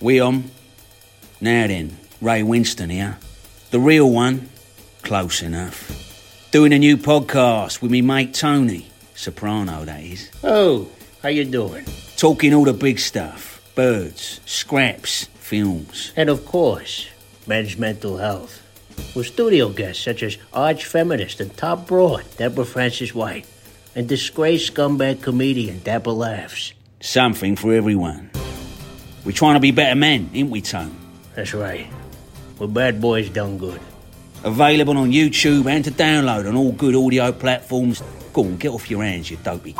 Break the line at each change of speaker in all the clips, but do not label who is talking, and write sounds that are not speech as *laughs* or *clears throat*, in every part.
We on? Now then, Ray Winston here. The real one? Close enough. Doing a new podcast with me mate Tony. Soprano, that is.
Oh, how you doing?
Talking all the big stuff. Birds, scraps, films.
And of course, men's mental health. With studio guests such as arch feminist and top broad Deborah Francis White and disgraced scumbag comedian Deborah Laughs.
Something for everyone. We're trying to be better men, ain't we, Tone?
That's right. We're bad boys done good.
Available on YouTube and to download on all good audio platforms. Go on, get off your hands, you dopey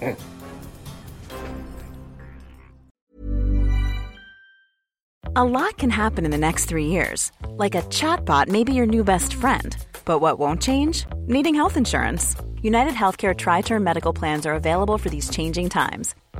c-
A lot can happen in the next three years. Like a chatbot may be your new best friend. But what won't change? Needing health insurance. United Healthcare Tri Term Medical Plans are available for these changing times.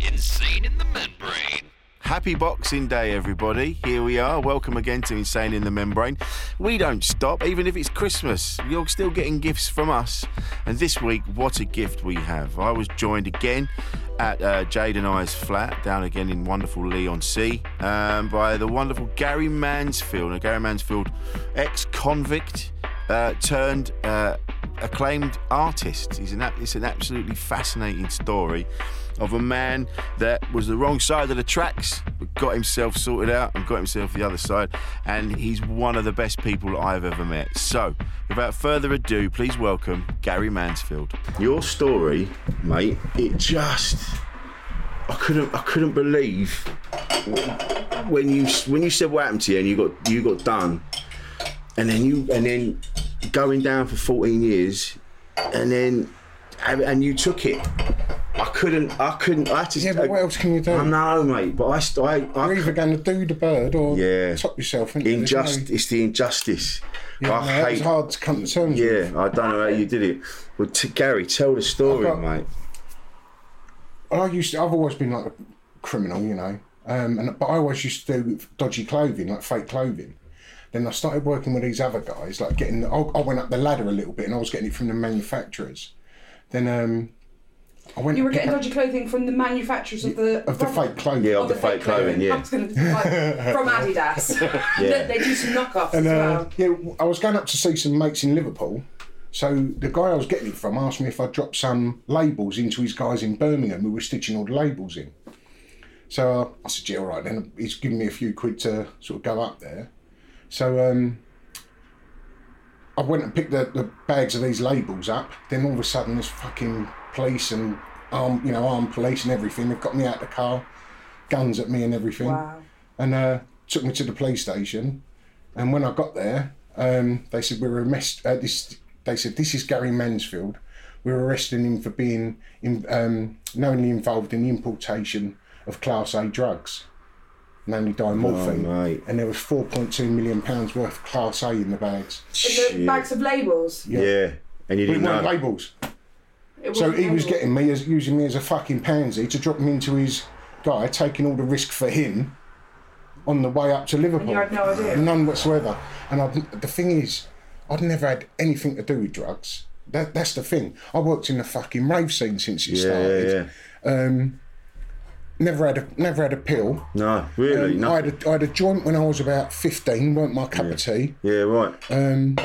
Insane in the membrane.
Happy Boxing Day, everybody. Here we are. Welcome again to Insane in the Membrane. We don't stop, even if it's Christmas. You're still getting gifts from us. And this week, what a gift we have. I was joined again at uh, Jade and I's flat, down again in wonderful Lee on Sea, um, by the wonderful Gary Mansfield. Now, Gary Mansfield, ex convict uh, turned. Uh, acclaimed artist. He's an, a- it's an absolutely fascinating story of a man that was the wrong side of the tracks, but got himself sorted out and got himself the other side. And he's one of the best people I've ever met. So, without further ado, please welcome Gary Mansfield. Your story, mate, it just. I couldn't, I couldn't believe when you when you said what happened to you and you got you got done and then you and then going down for 14 years and then and, and you took it I couldn't I couldn't I had to
Yeah, but what else can you do?
I know mate but I st- I, I
You're either
cou-
going to do the bird or
yeah
top yourself. ain't you? There's
injustice it's the injustice
no- Yeah,
I
no, that was
hate
hard to come to terms with.
yeah I don't know how you did it well t- Gary tell the story
I've got-
mate
And I used to, I've always been like a criminal, you know. Um, and but I always used to do dodgy clothing, like fake clothing. Then I started working with these other guys, like getting. I, I went up the ladder a little bit, and I was getting it from the manufacturers. Then um, I went.
You were
to pick
getting
up-
dodgy clothing from the manufacturers of the
of the fake clothing.
yeah
of
of the fake clothing
I
yeah
was gonna, like,
*laughs*
from Adidas.
*laughs* Yeah.
They- they do some knockoffs
And
as
uh,
well.
yeah, I was going up to see some mates in Liverpool. So the guy I was getting it from asked me if I'd dropped some labels into his guys in Birmingham who were stitching all the labels in. So uh, I said, yeah, all right. Then he's given me a few quid to sort of go up there. So um, I went and picked the, the bags of these labels up. Then all of a sudden, there's fucking police and armed, you know, armed police and everything. They've got me out of the car, guns at me and everything
Wow.
and uh, took me to the police station. And when I got there, um, they said we were arrested. Uh, this they said this is Gary Mansfield. We were arresting him for being in, um, knowingly involved in the importation of Class A drugs, namely dimorphine.
Oh, mate.
and there was 4.2 million pounds worth of Class A in the bags.
In the bags of labels.
yeah. yeah and you
We
didn't know
weren't labels,
It
so
wasn't
he
labels.
was getting me as using me as a fucking pansy to drop me into his guy, taking all the risk for him on the way up to Liverpool.
you had no idea?
None whatsoever. And i the thing is, I'd never had anything to do with drugs. That, that's the thing. I worked in the fucking rave scene since it
yeah yeah
started.
yeah
Um, never had a never had a pill.
no really
Um, I,
nothing.
had a, I had a joint when I was about fifteen. weren't my cup of tea.
yeah right
Um,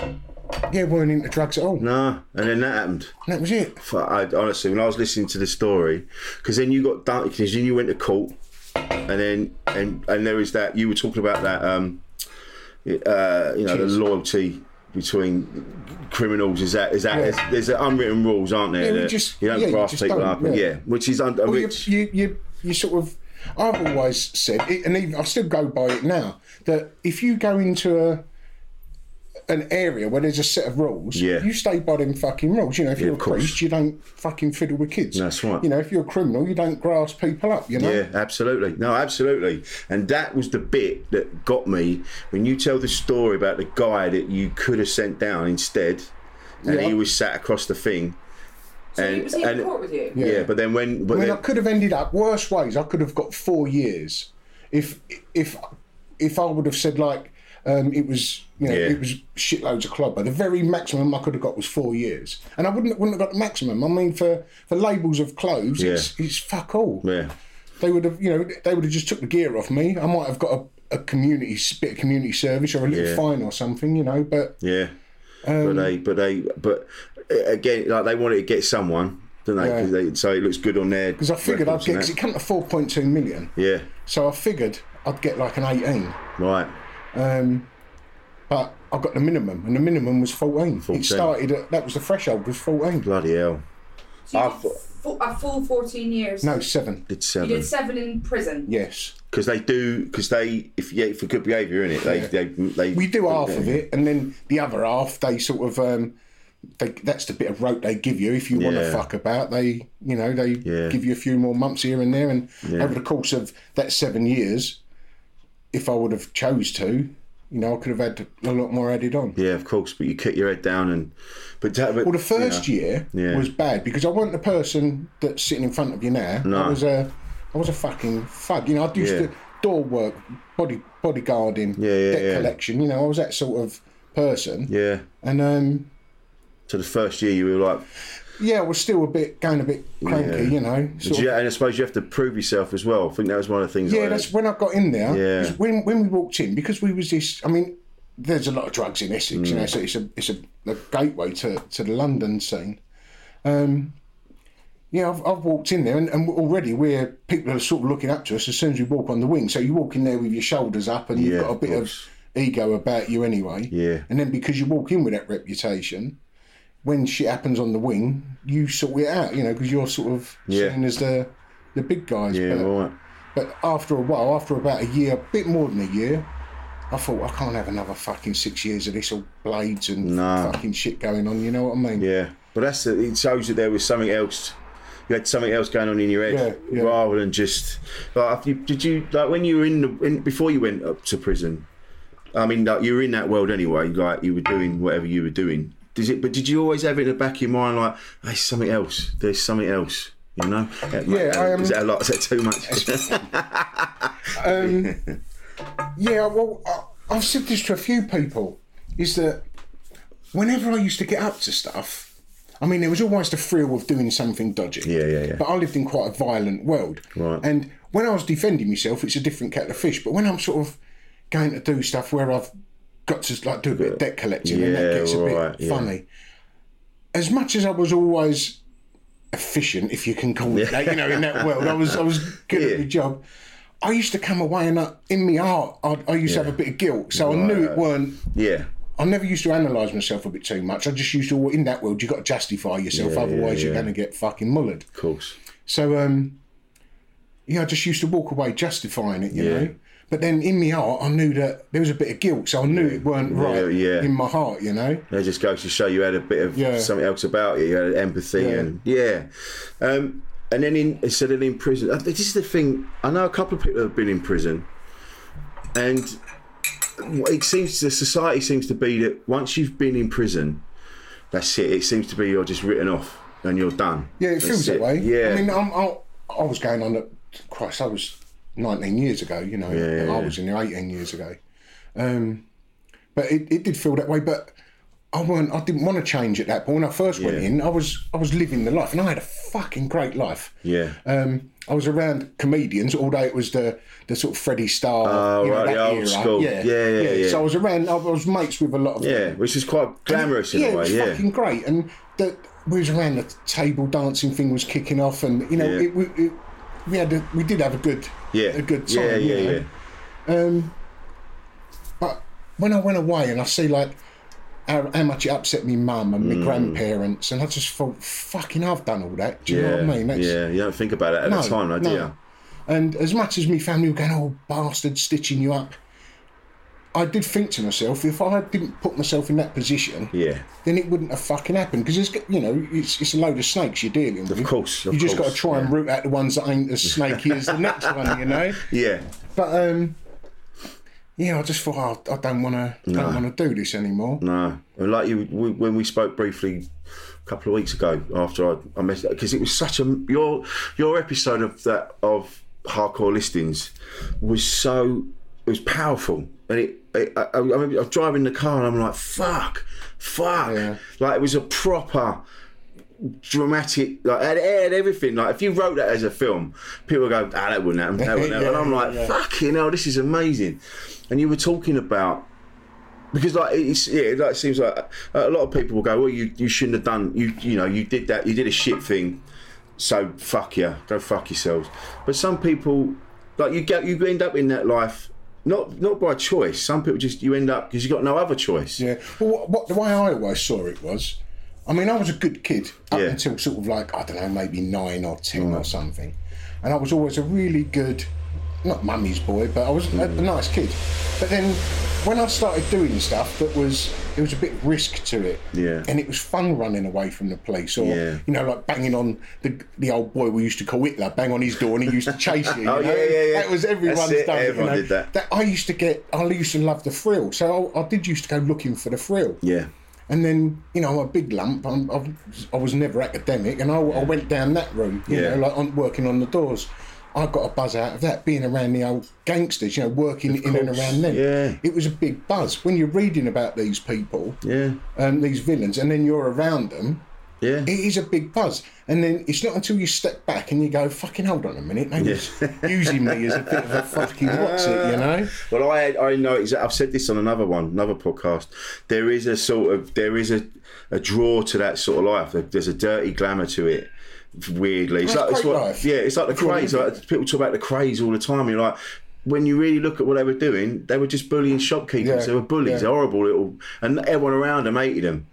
yeah, weren't into drugs at all.
no and then that happened
And that was it.
Fuck, I, honestly, when I was listening to the story, because then you got done, because then you went to court, and then and and there is that you were talking about that um uh you know the
Cheers.
loyalty between criminals is that is that
Yeah.
there's, there's unwritten rules aren't there
Yeah, you
that
just-
you don't
yeah, you
grass
just
people
don't,
up and-
yeah.
yeah. which is under
Well, you,
which
you, you, you sort of. I've always said, it, and even, I still go by it now, that if you go into a an area where there's a set of rules,
Yeah.
you stay by them fucking rules. You know, if you're a
of course.
priest, you don't fucking fiddle with kids.
That's right.
You know, if you're a criminal, you don't grass people up. You know,
Yeah, absolutely. No, absolutely. And that was the bit that got me when you tell the story about the guy that you could have sent down instead, and
Yeah.
he was sat across the thing.
So he was he in court with you?
Yeah. but then when, but
I mean, I
then,
could have ended up worse ways. I could have got four years if if if I would have said like um, it was you know
Yeah.
it was shitloads of clubber. The very maximum I could have got was four years, and I wouldn't wouldn't have got the maximum. I mean, for for labels of clothes, it's it's fuck all.
yeah,
They would have you know they would have just took the gear off me. I might have got a, a community bit of community service or a little
Yeah.
fine or something, you know. But
yeah. but they, but they, but uh, again, like they wanted to get someone, don't they? 'Cause
Yeah.
they? So it looks good on there.
because I figured I'd get because it came to four point two million,
Yeah,
so I figured I'd get like an eighteen.
right.
Um, but I got the minimum, and the minimum was 14.
14.
It started at, that was the threshold, was 14.
Bloody hell.
So
I
you did
thought-
fu- a full 14 years.
No, seven.
Did
You
seven.
did seven in prison.
Yes.
because they do because they if yeah for good behaviour in it they, they they
We do half of it, and then the other half, they sort of, um, they, that's the bit of rope they give you if you want
Yeah.
to fuck about. They, you know, they
Yeah.
give you a few more months here and there, and over the course of that seven years, if I would have chose to, you know, I could have had a lot more added on.
yeah of course but you cut your head down and but, ta- but
Well, the first year
Yeah.
was bad because I wasn't the person that's sitting in front of you now.
No.
I was a, I was a fucking fag. You know, I used
Yeah.
to door work, body bodyguarding,
Yeah, yeah,
debt
yeah.
collection. You know, I was that sort of person.
yeah
And um,
so the first year you were like
yeah, I was still a bit going a bit cranky.
Yeah.
You know, sort of-
yeah and I suppose you have to prove yourself as well I think that was one of the things
yeah.
I-
That's when I got in there.
Yeah.
is When when we walked in because we was this. I mean, there's a lot of drugs in Essex. You know,
Mm.
so it's a it's a, a gateway to to the London scene. Um, Yeah, I've, I've walked in there, and, and already we're people are sort of looking up to us as soon as we walk on the wing. So you walk in there with your shoulders up, and
Yeah,
you've got a
of
bit
course.
of ego about you anyway.
Yeah.
And then because you walk in with that reputation, when shit happens on the wing, you sort it out, you know, because you're sort of
Yeah.
seen as the the big guys.
yeah
but,
right
but after a while, after about a year, a bit more than a year, I thought I can't have another fucking six years of this all blades and
No.
fucking shit going on. You know what I mean?
yeah but that's the, it shows that there was something else you had something else going on in your head
Yeah, yeah.
rather than just like if you, did you like when you were in the in, before you went up to prison I mean like you were in that world anyway like you were doing whatever you were doing Does it but did you always have it in the back of your mind like there's something else there's something else you know
Yeah, I, um,
is that a lot is that too much *laughs*
Um, Yeah, well, I, I've said this to a few people is that whenever I used to get up to stuff, I mean, there was always the thrill of doing something dodgy.
Yeah, yeah, yeah.
But I lived in quite a violent world.
Right.
And when I was defending myself, it's a different kettle of fish. But when I'm sort of going to do stuff where I've got to like do a bit of debt collecting and that
Yeah,
gets a
right,
bit
yeah.
funny, as much as I was always efficient, if you can call it that, you know, in that world, I was I was good
Yeah.
at the job. I used to come away and I, in my heart, I, I used to have a bit of guilt. So I knew it weren't.
yeah
I never used to analyse myself a bit too much. I just used to, in that world, you've got to justify yourself,
Yeah,
otherwise
yeah,
you're
yeah.
going to get fucking mullered.
of course
So, um, yeah, I just used to walk away justifying it, you
Yeah.
know. But then in my heart, I knew that there was a bit of guilt, so I knew it weren't
Yeah,
right
yeah.
in my heart, you know.
That just goes to show you had a bit of
Yeah.
something else about you. You had empathy
Yeah.
and yeah. Um, and then in instead of in prison, uh, this is the thing. I know a couple of people have been in prison, and it seems the society seems to be that once you've been in prison, that's it. It seems to be you're just written off and you're done.
Yeah, it
That's
feels that way.
Yeah,
I mean, I'm, I, I was going on at, Christ, I was 19 years ago, you know.
Yeah.
I was in there 18 years ago. Um, but it, it did feel that way, but I weren't, I didn't want to change at that point. When I first went
Yeah.
in, I was, I was living the life and I had a fucking great life.
yeah.
Um, I was around comedians, although it was the, the sort of Freddie Starr,
Oh,
you know,
right,
that
the old
era.
school. Yeah, yeah, yeah.
So I was around. I was mates with a lot of
yeah, which is quite glamorous in
yeah,
a way.
It was
yeah,
fucking great. And the, we was around the table dancing thing was kicking off, and you know,
Yeah.
it, it, it we had a, we did have a good
Yeah.
a good time.
yeah, yeah,
you know.
yeah.
Um, but when I went away and I see like how, how much it upset me mum and my
Mm.
grandparents, and I just thought, fucking, I've done all that. Do you know what I mean? That's-
yeah, you don't think about it at
No,
the time, no, do
no.
you?
And as much as me family were going, oh, bastard, stitching you up, I did think to myself, if I didn't put myself in that position,
Yeah.
then it wouldn't have fucking happened. Because it's, you know, it's, it's a load of snakes you're dealing with.
Of course, of
you just got
course,
to try and root out the ones that ain't as snaky as the next one, you know?
Yeah.
But, um, yeah, I just thought, oh, I don't want to don't want to do this anymore.
No, and like you we, when we spoke briefly a couple of weeks ago after I, I messed because it was such a your your episode of that of hardcore listings was so it was powerful and it, it I, I, I remember I was driving the car and I'm like fuck fuck
Yeah.
like it was a proper dramatic like it aired everything like if you wrote that as a film people would go ah that wouldn't happen that wouldn't happen and I'm like fucking hell this is amazing and you were talking about because like it's yeah, like it seems like a lot of people will go, well, you you shouldn't have done you you know you did that you did a shit thing, so fuck you, go fuck yourselves. But some people like you get you end up in that life not not by choice. Some people just you end up because you got no other choice.
Yeah. Well, what, what the way I always saw it was, I mean, I was a good kid up
Yeah.
until sort of like I don't know, maybe nine or ten or something, and I was always a really good, not mummy's boy, but I was a-
Mm-hmm.
a nice kid. But then when I started doing stuff that was it was a bit risk to it,
Yeah.
and it was fun running away from the police or
Yeah.
you know like banging on the the old boy we used to call Hitler, bang on his door and he used to chase you.
*laughs*
you
Oh,
know?
yeah, yeah, yeah.
That was
That's
everyone's
it,
done. you
everyone
know?
did that.
that I used to get, I used to love the thrill. So I, I did used to go looking for the thrill.
Yeah.
And then, you know, I'm a big lump. I'm, i I was never academic, and I, I went down that route, you
Yeah.
know, like on, working on the doors. I got a buzz out of that, being around the old gangsters, you know, working in and around them.
yeah.
It was a big buzz. When you're reading about these people,
Yeah.
um, these villains, and then you're around them,
Yeah.
it is a big buzz. And then it's not until you step back and you go, fucking hold on a minute, they was using me as a bit of
*laughs*
a fucking what's it, you know?
Well, I I know exactly. I've said this on another one, another podcast. There is a sort of there is a, a draw to that sort of life. There's a dirty glamour to it. Weirdly, it's
Well,
like
it's
it's
great
what,
life.
yeah, it's like the
If you want
craze.
to-
Like, people talk about the craze all the time. You're like, when you really look at what they were doing, they were just bullying shopkeepers.
Yeah,
They were bullies,
yeah.
horrible little, and everyone around them hated them.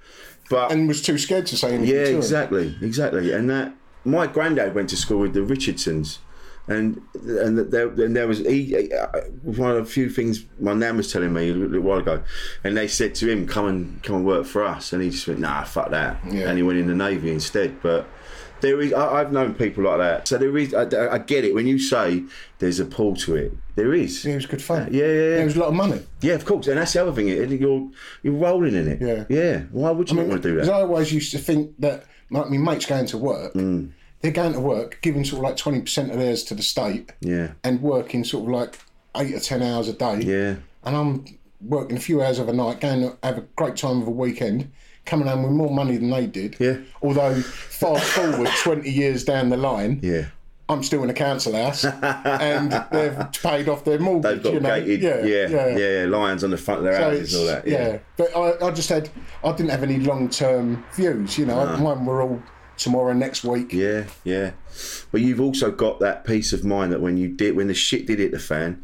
But
and was too scared to say anything.
yeah,
to him.
exactly, exactly. And that my granddad went to school with the Richardsons, and and there and there was he uh, one of the few things my nan was telling me a little while ago, and they said to him, "Come and come and work for us," and he just went, "Nah, fuck that,"
Yeah.
and he went in the navy instead, but. There is. I, I've known people like that, so there is. I, I get it when you say there's a pull to it. There is.
Yeah, it was good fun.
Yeah, yeah, yeah.
It was a lot of money.
Yeah, of course. And that's the other thing. it- You're you're rolling in it.
Yeah.
Yeah. Why would you not want to do
Because
that?
I always used to think that, like, my mates going to work,
Mm.
they're going to work, giving sort of like 20% of theirs to the state
yeah.
and working sort of like eight or 10 hours a day.
Yeah.
And I'm working a few hours of a night, going to have a great time of a weekend, coming home with more money than they did.
Yeah.
Although, fast
*laughs*
forward 20 years down the line,
Yeah.
I'm still in a
*laughs*
council house and they've paid off their
They've
mortgage.
got
you know?
gated, yeah, yeah, yeah, lions on the front of their
So
houses,
it's-
all that.
yeah.
Yeah,
but I, I just had I didn't have any long term views. You know, mine were all tomorrow, next week.
Ah. yeah, yeah. But you've also got that peace of mind that when you did, when the shit did hit the fan,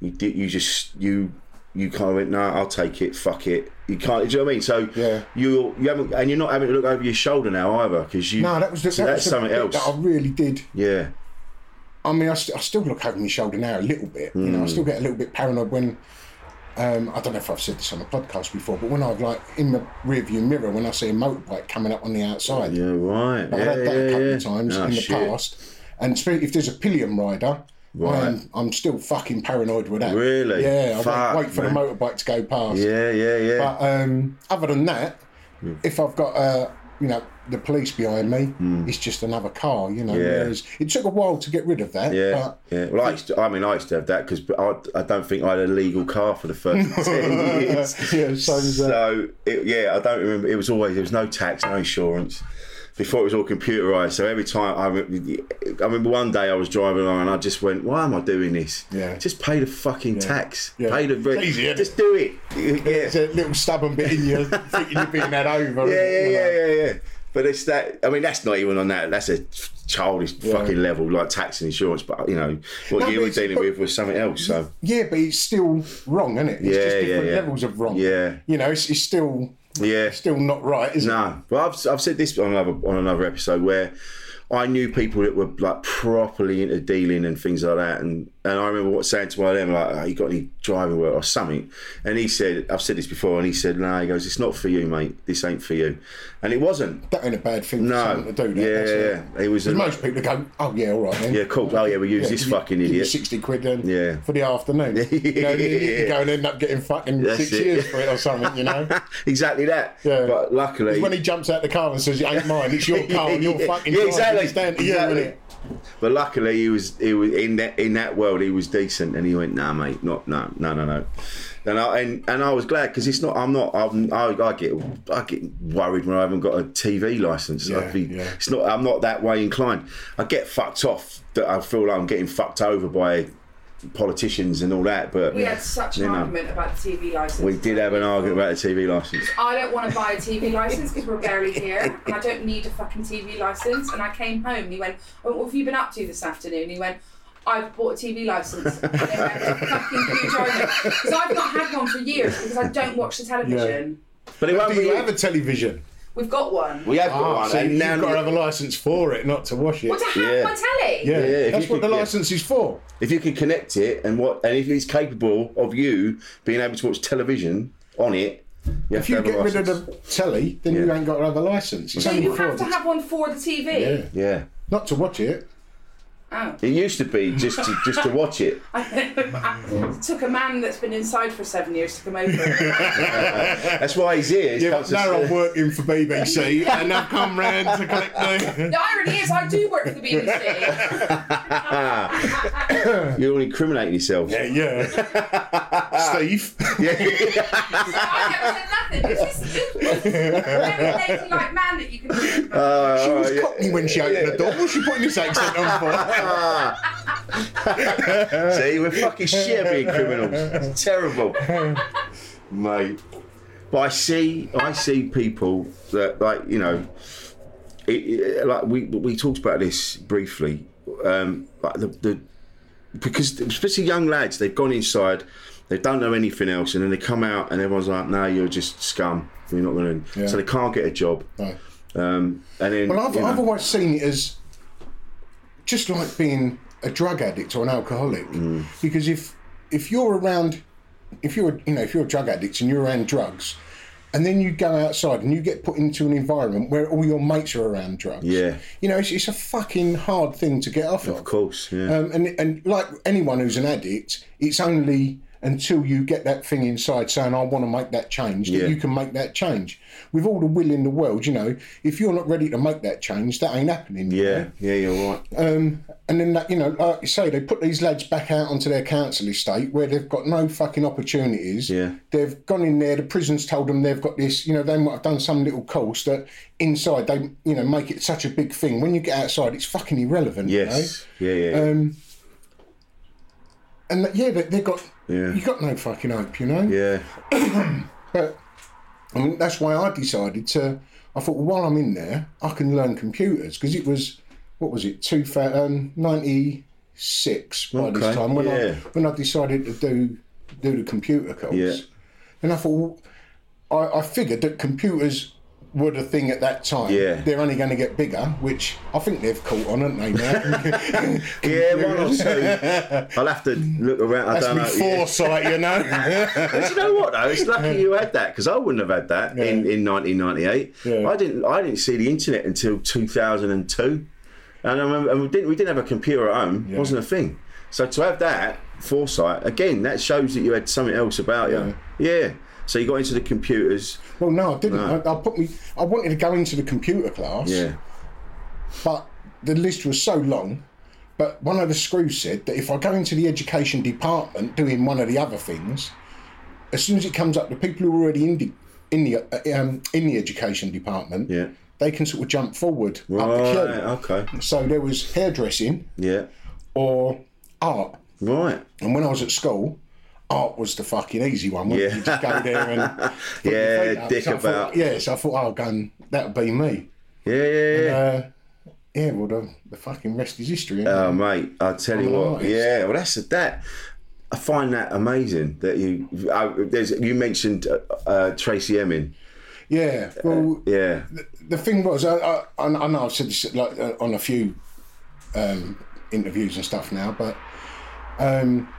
you did, you just you you kind of went, no, I'll take it, fuck it. You can't, do you know what I mean? So
Yeah.
you you haven't, and you're not having to look over your shoulder now either, because you
No, that was the,
so
that
that's
was the
something
bit
else.
that I really did.
yeah,
I mean, I, st- I still look over my shoulder now a little bit. You know, I
Hmm.
still get a little bit paranoid when. Um, I don't know if I've said this on a podcast before, but when I've like in the rearview mirror when I see a motorbike coming up on the outside,
yeah, right.
I've
yeah,
had that
yeah,
a couple
yeah.
of times
Ah,
in the
shit.
past. And spe- if there's a pillion rider,
Right.
I'm, I'm still fucking paranoid with that.
Really?
Yeah, I
Fuck,
wait, wait for
man.
the motorbike to go past.
Yeah, Hmm. yeah, yeah.
But um, other than that, if I've got uh, you know the police behind me, it's just another car. You know,
Hmm. Yeah.
whereas it took a while to get rid of that.
Yeah,
But
yeah. Well, I, used to, I mean, I used to have that because I, I don't think I had a legal car for the first
*laughs*
ten years.
Yeah, so was that.
*laughs* So, it, yeah, I don't remember. It was always there was no tax, no insurance. Before it was all computerized, so every time I, re- I remember one day I was driving along and I just went, "Why am I doing this?
Yeah.
Just pay the fucking tax.
Yeah.
Pay the rent.
It's easy, isn't
just do it. *laughs*
It's a little stubborn *laughs* bit in you, thinking you're being had over.
Yeah,
isn't it,
yeah,
you know?
yeah, yeah, yeah. But it's that. I mean, that's not even on that. That's a childish fucking level, like tax and insurance. But you know what
No,
you
but
were
it's-
dealing with was something else. So
Yeah, but it's still wrong, isn't it? It's
Yeah,
just
yeah,
different
yeah.
levels of wrong.
Yeah.
You know, it's, it's still
yeah,
still not right, is
No, well, I've, I've said this on another on another episode where I knew people that were like properly into dealing and things like that, and and I remember what saying to one of them like, oh, "You got any driving work or something?" And he said, "I've said this before," and he said, "No," he goes, "It's not for you, mate. This ain't for you," and it wasn't.
it? That ain't a bad thing
No,
for someone to do. That,
yeah,
that's
yeah,
it.
yeah. It was a,
'Cause most people go, oh, yeah, all right then.
yeah, cool. Oh yeah, we use
Yeah,
this
give me-
fucking
give me
idiot.
60 quid then
Yeah.
for
*laughs*
the afternoon. you know, then you can go and end up getting fucking
That's
six
it.
years for it or something,
*laughs*
you know?
exactly that.
Yeah.
But luckily,
when he jumps out the car and says, it ain't mine, it's your car and
*laughs*
you're
Yeah,
fucking
yeah,
driving,
exactly,
it's down to you,
exactly.
innit?
But luckily, he was he was in that in that world. He was decent, and he went, "Nah, mate, not no, no, no, no." And I and, and I was glad because it's not. I'm not. I'm, I, I get I get worried when I haven't got a TV license.
Yeah,
I'd be,
yeah.
It's not. I'm not that way inclined. I get fucked off. That I feel like I'm getting fucked over by politicians and all that. But
We had such an
you know,
argument about the TV license.
We did have an argument about the TV license.
I don't want to buy a TV license because we're barely here, and I don't need a fucking TV license. And I came home, and he went, oh, "What have you been up to this afternoon?" And he went, "I've bought a TV license." And it went, fucking huge argument because I've not had one for years because I don't watch the television.
But it won't
Do
be.
you have a television?
We've got one.
we have got
Ah,
one.
so
and
you've
now-
got to have a license for it, not to wash it.
Well, to have
Yeah.
my telly.
yeah,
Yeah, yeah, if
that's
you
what
could-
the
yeah.
license is for.
if you can connect it and what and if it's capable of you being able to watch television on it you have
If
to
you
have a
get rid of
license.
the telly, then you
Yeah.
ain't got to have a license. It's
So
only
you
for
have to have one for the TV.
yeah,
yeah
not
*laughs*
to watch it.
Oh.
it used to be just to, just to watch
*laughs*
it
it took a man that's been inside for seven years to come
*laughs*
over.
that's why he's here he's
Yeah,
come
but
to-
now I'm working for BBC and I've come round to collect the.
the irony is, I do work for the BBC.
you're all incriminating yourself
Yeah, yeah. Steve. *laughs*
I never said nothing. It's just stupid. Very ladylike man that you can. do.
she was cockney when she opened the door. What's she putting this accent on
*laughs*
for?
see we're fucking shit at being criminals it's terrible mate but I see I see people that like you know it, it, like we we talked about this briefly um like the, the because especially young lads, they've gone inside, they don't know anything else, and then they come out and everyone's like, "No, you're just scum. You're not going to."
Yeah.
So they can't get a job.
No.
Um, and then,
Well, I've,
you know,
I've always seen it as just like being a drug addict or an alcoholic,
Mm.
because if if you're around, if you're you know if you're a drug addict and you're around drugs, and then you go outside and you get put into an environment where all your mates are around drugs,
Yeah.
you know it's, it's a fucking hard thing to get off of.
of course, yeah,
Um, and and like anyone who's an addict, it's only until you get that thing inside saying, "I want to make that change," that
Yeah.
you can make that change. With all the will in the world, you know, if you're not ready to make that change, that ain't happening. you
yeah,
know?
yeah, you're right.
And then that, you know, like you say, they put these lads back out onto their council estate where they've got no fucking opportunities.
Yeah.
They've gone in there. The prison's told them they've got this. You know, they might have done some little course that inside they, you know, make it such a big thing. When you get outside, it's fucking irrelevant. you know?
yes, yeah, yeah, yeah.
Um, and that, yeah, they, they got
Yeah.
you got no fucking hope, you know.
yeah,
But I mean, that's why I decided to. I thought, well, while I'm in there, I can learn computers because it was what was it, two thousand ninety six by
Okay,
this time when I
yeah.
when I decided to do do the computer course.
Yeah.
And I thought, well, I, I figured that computers were the thing at that time.
Yeah.
They're only going to get bigger, which I think they've caught on, aren't they? *laughs* Now.
*laughs* yeah. One or
*laughs*
two. I'll have to look around. I
That's
don't
me
know. yeah.
foresight, you know.
But *laughs* you know what though?
*laughs*
It's lucky you had that because I wouldn't have had that in, in 1998.
Yeah.
I didn't. I didn't see the internet until 2002, and I remember and we didn't. We didn't have a computer at home. It wasn't a thing. So to have that foresight again, that shows that you had something else about you. Yeah. So you got into the computers.
well, no, I didn't. I, I put me. I wanted to go into the computer class,
Yeah.
but the list was so long. But one of the screws said that if I go into the education department doing one of the other things, as soon as it comes up, the people who are already in the in the uh, um, in the education department,
Yeah.
they can sort of jump forward up the
Right.
queue.
Okay.
So there was hairdressing
Yeah.
or art.
Right.
And when I was at school, art was the fucking easy one. Wasn't
Yeah.
it? You just go there and put
*laughs*
your
Yeah,
feet up.
dick
so I
about.
Thought, yeah, so I thought, oh, gun, that'll be me.
Yeah. Yeah. yeah.
Uh, Yeah, well, the, the fucking rest is history. Isn't
Oh
it?
mate, I tell you
Oh,
what,
nice.
yeah. Well, that's that. I find that amazing that you. I, there's you mentioned uh, uh, Tracy Emin.
Yeah. Well,
Uh, Yeah,
the thing was, I, I, I know I've said this like uh, on a few um, interviews and stuff now, but um,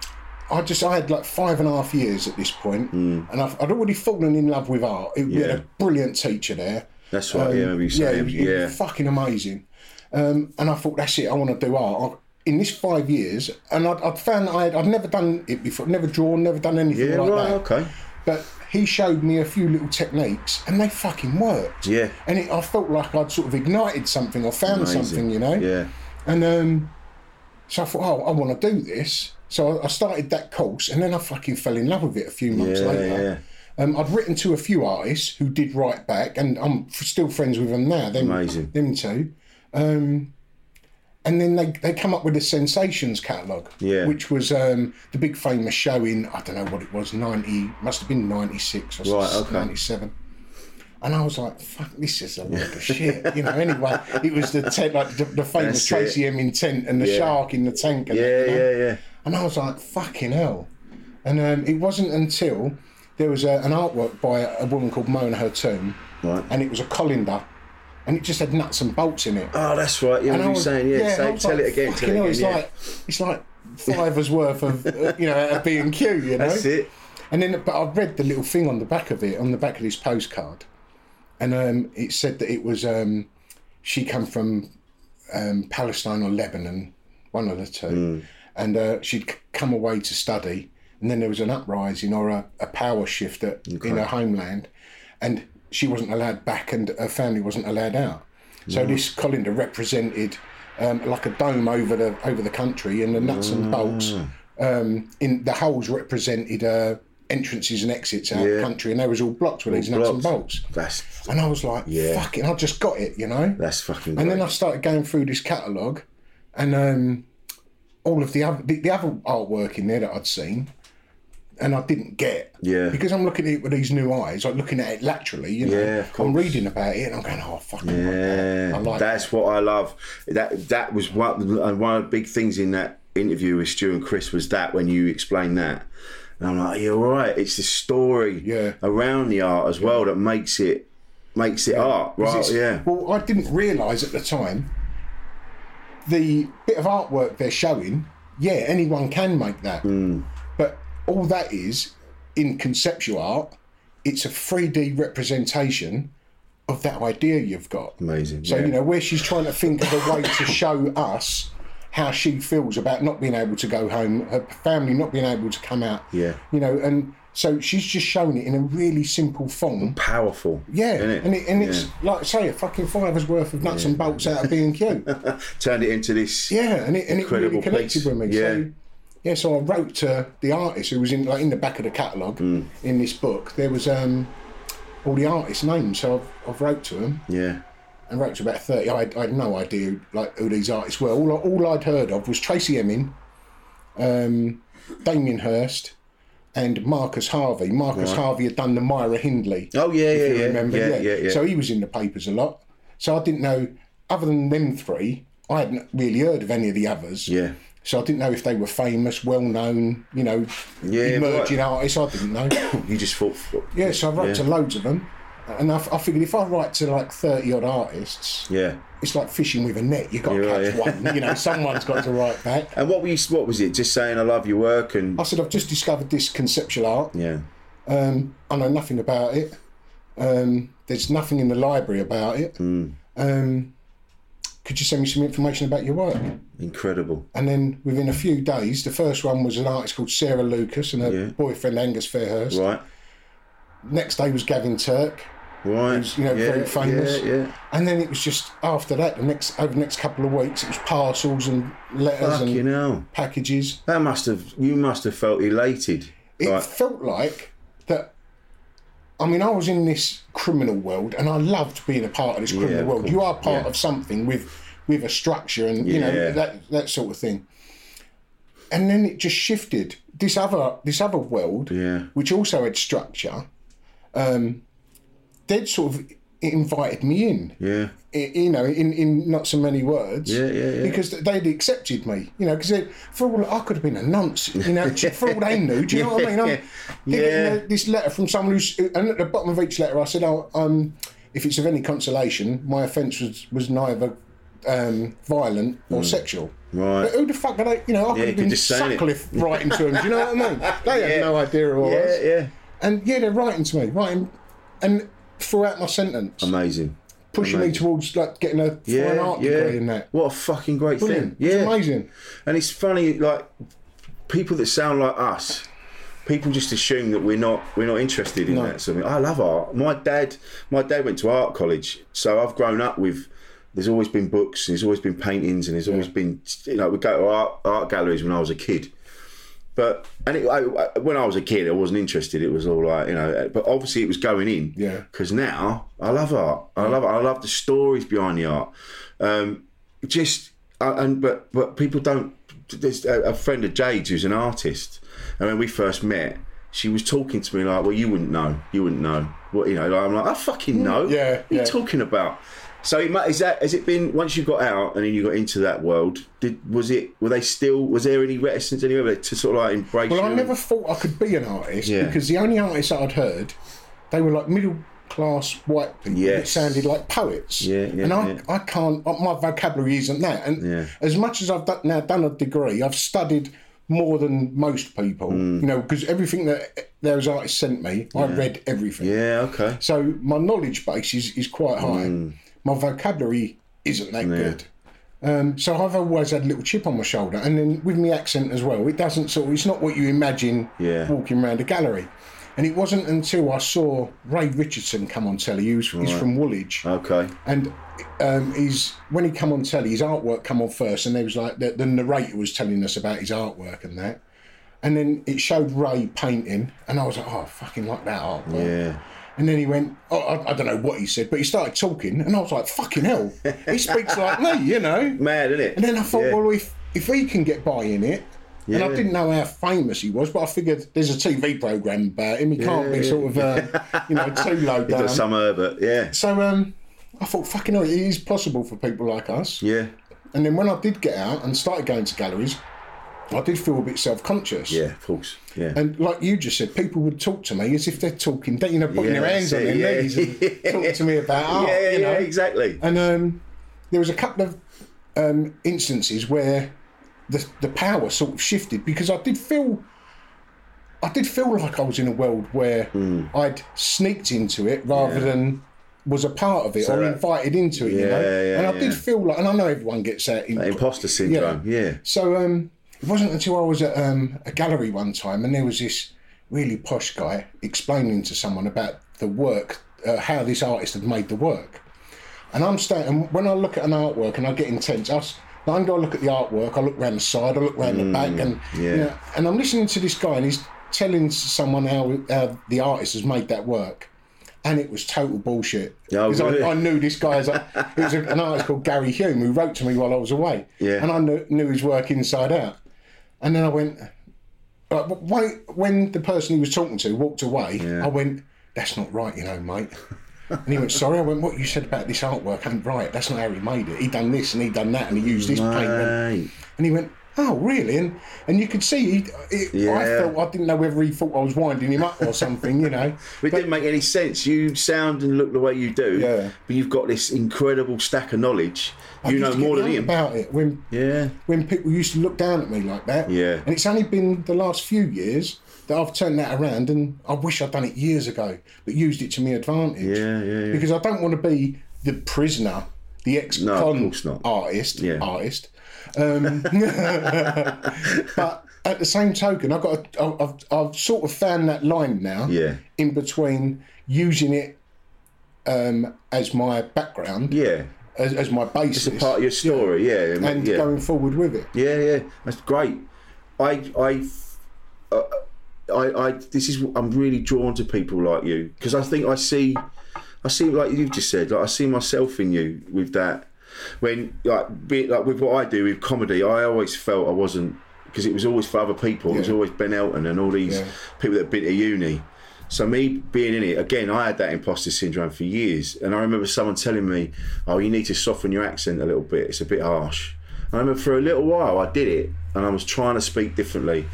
I just I had like five and a half years at this point, and I've, I'd already fallen in love with art. It, We had
Hmm. Yeah.
a brilliant teacher there. Um,
that's right. yeah, maybe you
yeah,
say
he
him.
was-
yeah,
he was fucking amazing. Um, and I thought, that's it. I want to do art. I, in this five years, and I'd, I'd found that I had, I'd never done it before, never drawn, never done anything
yeah.
like
right.
that.
Okay.
But he showed me a few little techniques, and they fucking worked.
Yeah.
And it, I felt like I'd sort of ignited something or found
Amazing.
something, you know.
Yeah.
And um, so I thought, oh, I want to do this. So I, I started that course, and then I fucking fell in love with it a few months
Yeah,
later. Um, I'd written to a few artists who did write back, and I'm f- still friends with them now. Them,
Amazing.
Them two. Um, and then they, they come up with a Sensations catalogue,
Yeah.
which was um, the big famous show in, I don't know what it was, 90, must have been 96 or
Right,
s-
okay.
97. And I was like, fuck, this is a load of shit. You know, anyway, it was the tent, like the, the famous
That's it.
Tracy Emin tent and the
Yeah.
shark in the tank. And
Yeah,
that, you know?
yeah, yeah.
And I was like, fucking hell. And um, it wasn't until there was a, an artwork by a woman called Mona Hertum,
Right.
and it was a colander, and it just had nuts and bolts in it.
Oh, that's right. Yeah,
And
what
I
you
was-
saying? Yeah,
I
say,
was
tell
like,
it again. Tell
fucking
it
hell,
again.
it's
yeah.
like it's like fivers worth of uh, you know a B and Q.
*laughs*
You know,
that's it.
And then, but I read the little thing on the back of it, on the back of this postcard, and um, it said that it was um, she come from um, Palestine or Lebanon, one of the two, and uh, she'd c- come away to study. And then there was an uprising or a, a power shift at, in her homeland, and she wasn't allowed back, and her family wasn't allowed out. So this colander represented um, like a dome over the over the country, and the nuts and bolts um, in the holes represented uh, entrances and exits out of the
Yeah.
country, and they was all blocked with these nuts and bolts.
That's
And I was like,
Yeah.
fucking, I just got it, you know.
that's fucking.
And then I
great.
started going through this catalogue, and um, all of the other the, the other artwork in there that I'd seen, and I didn't get.
Yeah.
Because I'm looking at it with these new eyes, like looking at it laterally. You know,
Yeah, of
I'm
course.
reading about it, and I'm going, oh fucking, like that.
Yeah,
I like
that's
that.
what I love. That that was what and one of the big things in that interview with Stu and Chris was that when you explained that, and I'm like, you're right. It's the story
Yeah.
around the art as well that makes it makes it art,
'Cause
right?
it's-
Yeah,
Well, I didn't realise at the time the bit of artwork they're showing. Yeah, anyone can make that,
Hmm.
but all that is in conceptual art. It's a three D representation of that idea you've got.
amazing.
So
yeah.
you know where she's trying to think of a way to show us how she feels about not being able to go home, her family not being able to come out.
Yeah.
You know, and so she's just shown it in a really simple form.
powerful.
Yeah,
innit?
and it, and
Yeah.
it's like say a fucking fiver's worth of nuts and bolts out of B and Q.
*laughs* turned it into this.
Yeah, and it and it really
Incredible
connected
piece.
with me.
Yeah.
So, yeah, so I wrote to the artist who was in like in the back of the catalogue
Mm.
in this book. There was um, all the artists' names, so I've, I've wrote to them
yeah.
and wrote to about 30. I had, I had no idea like who these artists were. All, I, all I'd heard of was Tracy Emin, um, Damien Hurst, and Marcus Harvey. Marcus Harvey had done the Myra Hindley.
Oh yeah, yeah,
if you
yeah.
remember.
yeah, yeah, yeah.
So he was in the papers a lot. So I didn't know, other than them three, I hadn't really heard of any of the others.
yeah.
So I didn't know if they were famous, well known, you know,
Yeah,
emerging
right.
artists. I didn't know.
*coughs* You just thought. fuck.
Yeah, so I wrote to loads of them, and I, I figured if I write to like thirty odd artists,
Yeah.
it's like fishing with a net. You got to
You're
catch
right, yeah.
one. You know, someone's got to write back.
And what were you? What was it? Just saying, I love your work, and
I said I've just discovered this conceptual art.
yeah,
Um, I know nothing about it. Um, there's nothing in the library about it.
Hmm.
Um, could you send me some information about your work?
incredible.
And then within a few days, the first one was an artist called Sarah Lucas and her
Yeah.
boyfriend Angus Fairhurst.
Right,
Next day was Gavin Turk.
right.
was, you know,
yeah,
very famous.
Yeah, yeah.
And then it was just after that, the next over the next couple of weeks, it was parcels and letters
Fucking
and
hell.
packages.
That must have. You must have felt elated.
It
Like,
felt like that. I mean, I was in this criminal world, and I loved being a part of this criminal
Yeah, of
world. You are
course,
part
yeah.
of something with with a structure, and you know
Yeah.
that that sort of thing. And then it just shifted. This other this other world,
Yeah.
which also had structure, um, they'd sort of it invited me in.
Yeah.
I- you know, in, in not so many words.
Yeah, yeah, yeah.
Because they'd accepted me, you know, because for all I could have been a nonce, you
*laughs*
know, for all they knew. Do you know what I mean? I'm
Yeah.
they're
Yeah.
getting a- this letter from someone who's, and at the bottom of each letter, I said, oh, um, if it's of any consolation, my offence was, was neither um, violent or sexual.
Mm. Right.
But who the fuck are they? You know, I
you
could have
could
been
just say it. *laughs*
Sutcliffe writing to them. Do you know what I mean? They
Yeah.
had no idea who I
Yeah,
was.
yeah.
And yeah, they're writing to me, writing, and throughout my sentence,
Amazing.
pushing me
amazing.
towards like getting a
Yeah,
fine art
yeah.
degree in that.
What a fucking great
Brilliant.
thing. Yeah.
It's amazing.
And it's funny, like people that sound like us, people just assume that we're not we're not interested in that sort of thing. I love art. My dad, my dad went to art college, so I've grown up with. There's always been books, and there's always been paintings, and there's always been you know we go to art art galleries when I was a kid. But and it, I, I- when I was a kid, I wasn't interested. It was all like you know. But obviously, it was going in.
Yeah.
Because now I love art. I love it. I love the stories behind the art. Um, just uh, and but but people don't. There's a, a friend of Jade's who's an artist, and when we first met, she was talking to me like, "Well, you wouldn't know. You wouldn't know. What you know?" Like, I'm like, "I fucking know.
Mm. yeah,
What are you
yeah.
talking about?" So it, ma- is that has it been once you got out and then you got into that world? Did was it were they still was there any reticence anywhere to sort of like embrace?
Well, I
you?
never thought I could be an artist
Yeah.
because the only artists I'd heard, they were like middle class white people that
Yes.
sounded like poets.
Yeah, yeah,
and I,
yeah.
I can't, uh, my vocabulary isn't that. And
Yeah.
as much as I've done, now done a degree, I've studied more than most people,
Mm.
you know, because everything that eh, those artists sent me, I read everything.
Yeah. Okay.
So my knowledge base is, is quite high.
Hmm.
My vocabulary isn't that good. Um, so I've always had a little chip on my shoulder, and then with my accent as well. It doesn't sort. of- It's not what you imagine
Yeah.
walking around a gallery. And it wasn't until I saw Ray Richardson come on telly. He's, he's from Woolwich,
Okay.
and um, he's when he come on telly, his artwork come on first, and there was like the, the narrator was telling us about his artwork and that. And then it showed Ray painting, and I was like, "Oh, I fucking like that artwork."
Yeah.
And then he went, oh, I, I don't know what he said, but he started talking, and I was like, fucking hell, he speaks like me, you know?
*laughs* Mad, isn't it?
And then I thought,
yeah.
well, if, if he can get by in it, and I
Yeah.
didn't know how famous he was, but I figured there's a TV program about him, he can't be sort of, uh, you know, too low
*laughs* He's
down.
got some Herbert. Yeah.
So um, I thought, fucking hell, it is possible for people like us.
Yeah.
And then when I did get out and started going to galleries, I did feel a bit self conscious.
Yeah. Of course. Yeah.
And like you just said, people would talk to me as if they're talking, you know, putting
Yeah,
their hands on
that's
their
it, yeah.
knees and
*laughs*
talking to me about art.
yeah.
you know?
yeah. Exactly.
And um, there was a couple of um, instances where the the power sort of shifted because I did feel. I did feel like I was in a world where
Hmm.
I'd sneaked into it rather than was a part of it or
that-
invited into it, you know.
Yeah, yeah,
and I did
yeah.
feel like, and I know everyone gets that in,
Imposter syndrome. Yeah.
so um, it wasn't until I was at um, a gallery one time and there was this really posh guy explaining to someone about the work, uh, how this artist had made the work. And I'm standing, and when I look at an artwork and I get intense, I, s- I go look at the artwork, I look round the side, I look round the back, and
Mm, yeah.
you know, and I'm listening to this guy and he's telling someone how uh, the artist has made that work. And it was total bullshit.
Oh,
'Cause I-
really?
I, knew this guy. As a, it was an artist called Gary Hume who wrote to me while I was away.
Yeah.
And I knew, knew his work inside out. And then I went, like, wh- why, when the person he was talking to walked away, I went, that's not right, you know, mate. And he went, sorry. I went, what you said about this artwork ain't right. That's not how he made it. He done this and he done that and he used this paint. And,
Mate.
and he went, oh, really? And and you could see, he, it, I
Yeah.
felt, I didn't know whether he thought I was winding him up or something, you know.
But it didn't make any sense. You sound and look the way you do,
Yeah.
but you've got this incredible stack of knowledge. you
used
know
to get
more than
down
him.
about it when
Yeah.
when people used to look down at me like that.
Yeah.
And it's only been the last few years that I've turned that around, and I wish I'd done it years ago, but used it to my advantage.
Yeah, yeah, yeah.
Because I don't want to be the prisoner, the
No, of
ex-con
course not.
artist,
Yeah.
artist. Um, *laughs* but at the same token, I've got, a, I've, I've- I've sort of found that line now.
Yeah.
In between using it um, as my background,
Yeah.
as, as my basis,
It's a part of your story. Yeah. yeah.
and
yeah.
going forward with it.
Yeah, yeah, that's great. I, I, uh, I, I, this is I'm really drawn to people like you because I think I see, I see like you've just said, like I see myself in you with that. When like be like with what I do with comedy, I always felt I wasn't because it was always for other people. It was
Yeah.
always Ben Elton and all these
Yeah.
people that have been to uni. So me being in it again, I had that imposter syndrome for years, and I remember someone telling me, "Oh, you need to soften your accent a little bit. It's a bit harsh." And I remember for a little while I did it, and I was trying to speak differently.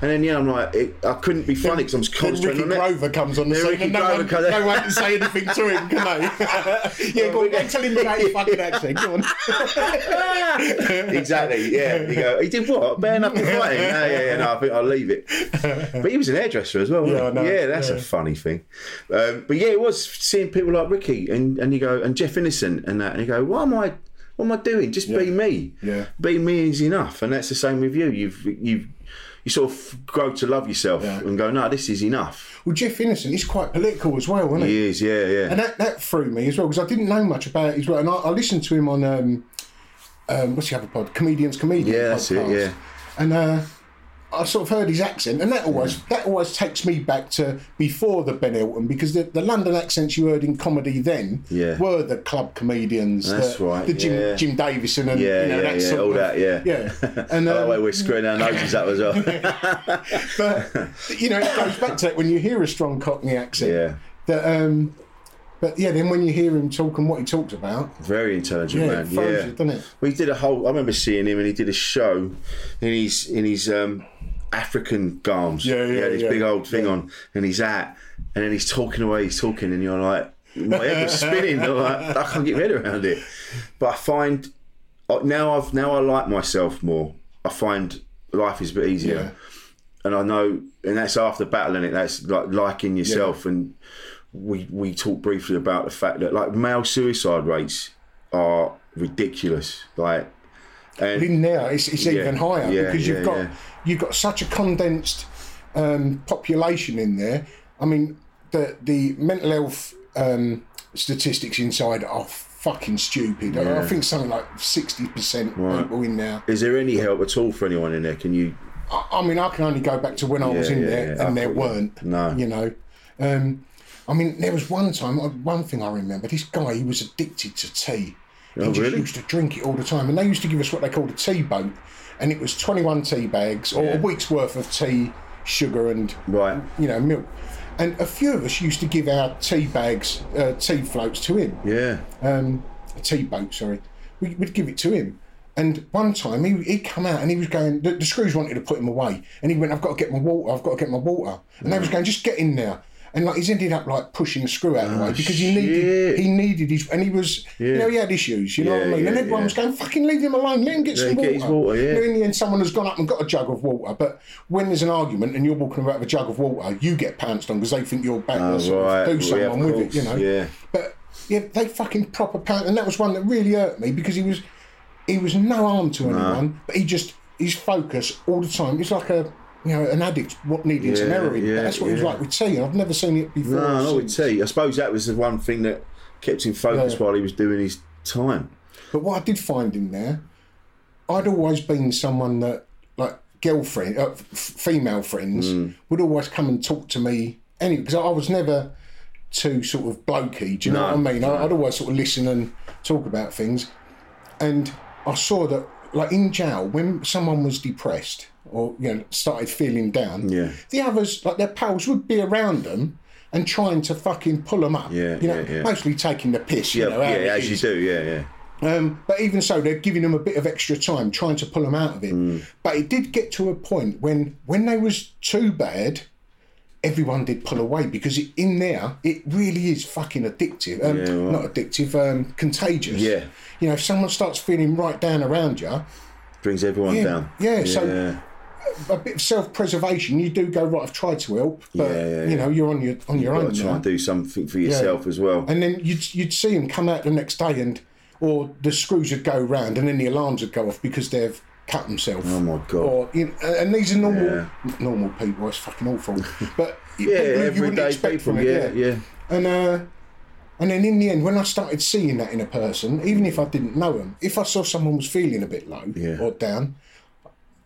And then yeah, I'm like, it, I couldn't be funny because I was
Then Ricky
concentrating on it.
Grover comes on the
Then
scene
Ricky
and no one,
Grover comes-
no one can say anything to him, can
*laughs*
they? yeah, go on, don't tell him about his fucking accent, go on.
*laughs* exactly. Yeah. You go. He did what? Bearing up and
*laughs*
fighting. Yeah, yeah, yeah. No, I think I'll leave it. But he was an hairdresser as well. wasn't
Yeah,
he?
I know.
yeah that's a
Yeah.
funny thing. Um, but yeah, it was seeing people like Ricky and and you go and Jeff Innocent and that and you go, why am I? What am I doing? Just be me.
Yeah.
Be me is enough, and that's the same with you. You've you've you sort of grow to love yourself
Yeah.
and go, no, this is enough.
Well, Jeff Innocent, he's quite political as well, isn't he?
He is. Yeah, yeah.
and that, that threw me as well because I didn't know much about his work. And I, I listened to him on um, um, what's the other pod? Comedians, comedian.
Yeah, that's it,
podcast.
yeah.
And uh, I sort of heard his accent, and that always that always takes me back to before the Ben Elton because the, the London accents you heard in comedy then
Yeah.
were the club comedians.
That's
the,
right,
The Jim
yeah.
Jim Davison and
Yeah,
you know,
yeah,
that
yeah,
sort
all
of,
that, yeah.
yeah.
*laughs*
And
I like the way
uh,
we're screwing our noses up
*laughs*
as well. *laughs*
but you know it goes back to that when you hear a strong Cockney accent.
yeah.
That um, but yeah, then when you hear him talk and what he talks about,
Very intelligent
Yeah, it
man.
throws
yeah,
you, doesn't it?
Well, he did a whole. I remember seeing him, and he did a show in his in his um, African garms.
Yeah,
He
yeah,
had his
yeah.
big old thing on, and he's at, and then he's talking away. He's talking, and you're like, my head was
*laughs*
spinning. I'm like, I can't get my head around it. But I find uh, now I've now I like myself more. I find life is a bit easier. And I know, and that's after battling it. That's like liking yourself. And we we talked briefly about the fact that like male suicide rates are ridiculous. Like, and
in now it's, it's even higher
yeah,
because
yeah,
you've got
yeah.
you've got such a condensed um, population in there. I mean, the the mental health um, statistics inside are fucking stupid. I- I think something like sixty percent
Right.
people in there.
is there any help at all for anyone in there? Can you?
I, I mean, I can only go back to when I was
Yeah,
in
yeah,
there,
yeah.
and
I
there
thought-
weren't.
No.
you know. Um, I mean, there was one time, uh, one thing I remember. This guy, he was addicted to tea. He
Oh,
just
really?
used to drink it all the time, and they used to give us what they called a tea boat, and it was twenty-one tea bags or a week's worth of tea, sugar, and
Right.
you know, milk. And a few of us used to give our tea bags, uh, tea floats to him
Yeah.
um, a tea boat, sorry, we, we'd give it to him. And one time he, he'd come out and he was going, the, the screws wanted to put him away. And he went, I've got to get my water, I've got to get my water. And they was going, just get in there. And like he's ended up like pushing the screw out of the way because he
Ah, shit.
needed he needed his and he was you know he had issues you know
Yeah,
what I mean and
yeah,
everyone
yeah.
was going fucking leave him alone let him get some
him
water,
get his water, yeah.
And in the end someone has gone up and got a jug of water but when there's an argument and you're walking about with a jug of water you get pounced on because they think you're bad
Oh,
and sort of
right.
do
Yeah, of
someone with it you know
course. Yeah.
but yeah, they fucking proper pant, and that was one that really hurt me because he was he was no harm to anyone, but he just his focus all the time. It's like a you know an addict what needing some
Yeah,
heroin.
yeah,
but that's what he was
yeah.
like with tea. and I've never seen it before.
No,
or
not with
since.
tea. I suppose that was the one thing that kept him focused
Yeah.
while he was doing his time.
But what I did find in there, I'd always been someone that like girlfriend, uh, f- female friends
Hmm.
would always come and talk to me. Anyway, because I was never too sort of blokey. Do you know
No,
what I mean? I I'd always sort of listen and talk about things. And I saw that like in jail when someone was depressed or you know started feeling down,
Yeah.
the others like their pals would be around them. And trying to fucking pull them up,
Yeah,
you know,
yeah, yeah.
mostly taking the piss, you
Yeah,
know,
yeah,
how it
as you
is.
do. Yeah, yeah.
Um, but even so, they're giving them a bit of extra time, trying to pull them out of it.
Hmm.
But it did get to a point when, when they was too bad, everyone did pull away because it, in there, it really is fucking addictive. Um,
Yeah, right.
Not addictive, um, contagious.
Yeah.
You know, if someone starts feeling right down around you,
Brings everyone
Yeah,
down.
yeah, so- a bit of self-preservation. You do go right. I've tried to help, but
Yeah, yeah,
you
yeah.
know, you're on your on your
Got
own.
to try
now.
and do something for yourself as well.
And then you'd, you'd see them come out the next day and, or the screws would go round and then the alarms would go off because they've cut themselves.
Oh my God.
Or, you know, and these are normal,
Yeah.
normal people. It's fucking
*laughs*
awful. But
yeah,
people you wouldn't
everyday
expect
people.
from it,
yeah, yeah.
And, uh, and then in the end, when I started seeing that in a person, even if I didn't know them, if I saw someone was feeling a bit low
Yeah.
or down,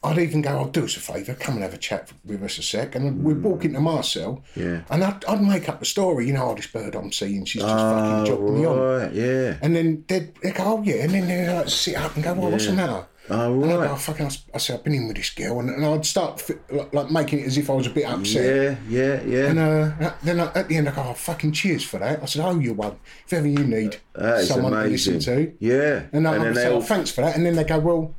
I'd even go, "I'll do us a favour, come and have a chat with us a sec." And we'd walk into my cell,
Mm. Yeah.
and I'd, I'd make up a story. You know, oh, this bird I'm seeing, she's just fucking dropping me on.
Ah, Oh, Right, yeah.
And then they'd, they'd go, "Oh yeah," and then they'd like, sit up and go, "Well, what's the matter?"
Oh,
And I'd go,
right.
"Oh, fucking, I s- I said, I've been in with this girl, and, and I'd start fi- like, like making it as if I was a bit upset.
Yeah, yeah, yeah.
And uh, then I- at the end, I go, oh, fucking cheers for that. I said, oh, you're one. If ever you need
That is
someone
amazing.
to listen to.
Yeah.
And, I
And then
I say,
they'll-
oh, thanks for that. And then they go, well,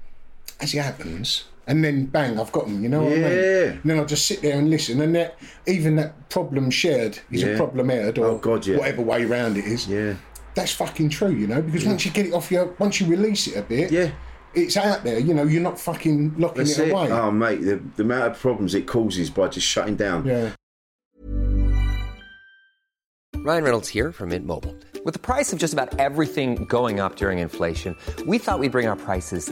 as it happens. And then bang, I've got them, you know what I mean?
Yeah.
And then I just sit there and listen. And that even that problem shared is
Yeah.
a problem aired or
Oh, God, yeah.
whatever way round it is.
Yeah.
That's fucking true, you know, because once you get it off your, once you uh, release it a bit,
Yeah.
it's out there, you know, you're not fucking locking
That's
it,
it.
away.
Oh, mate, the, the amount of problems it causes by just shutting down.
yeah.
Ryan Reynolds here from Mint Mobile. With the price of just about everything going up during inflation, we thought we'd bring our prices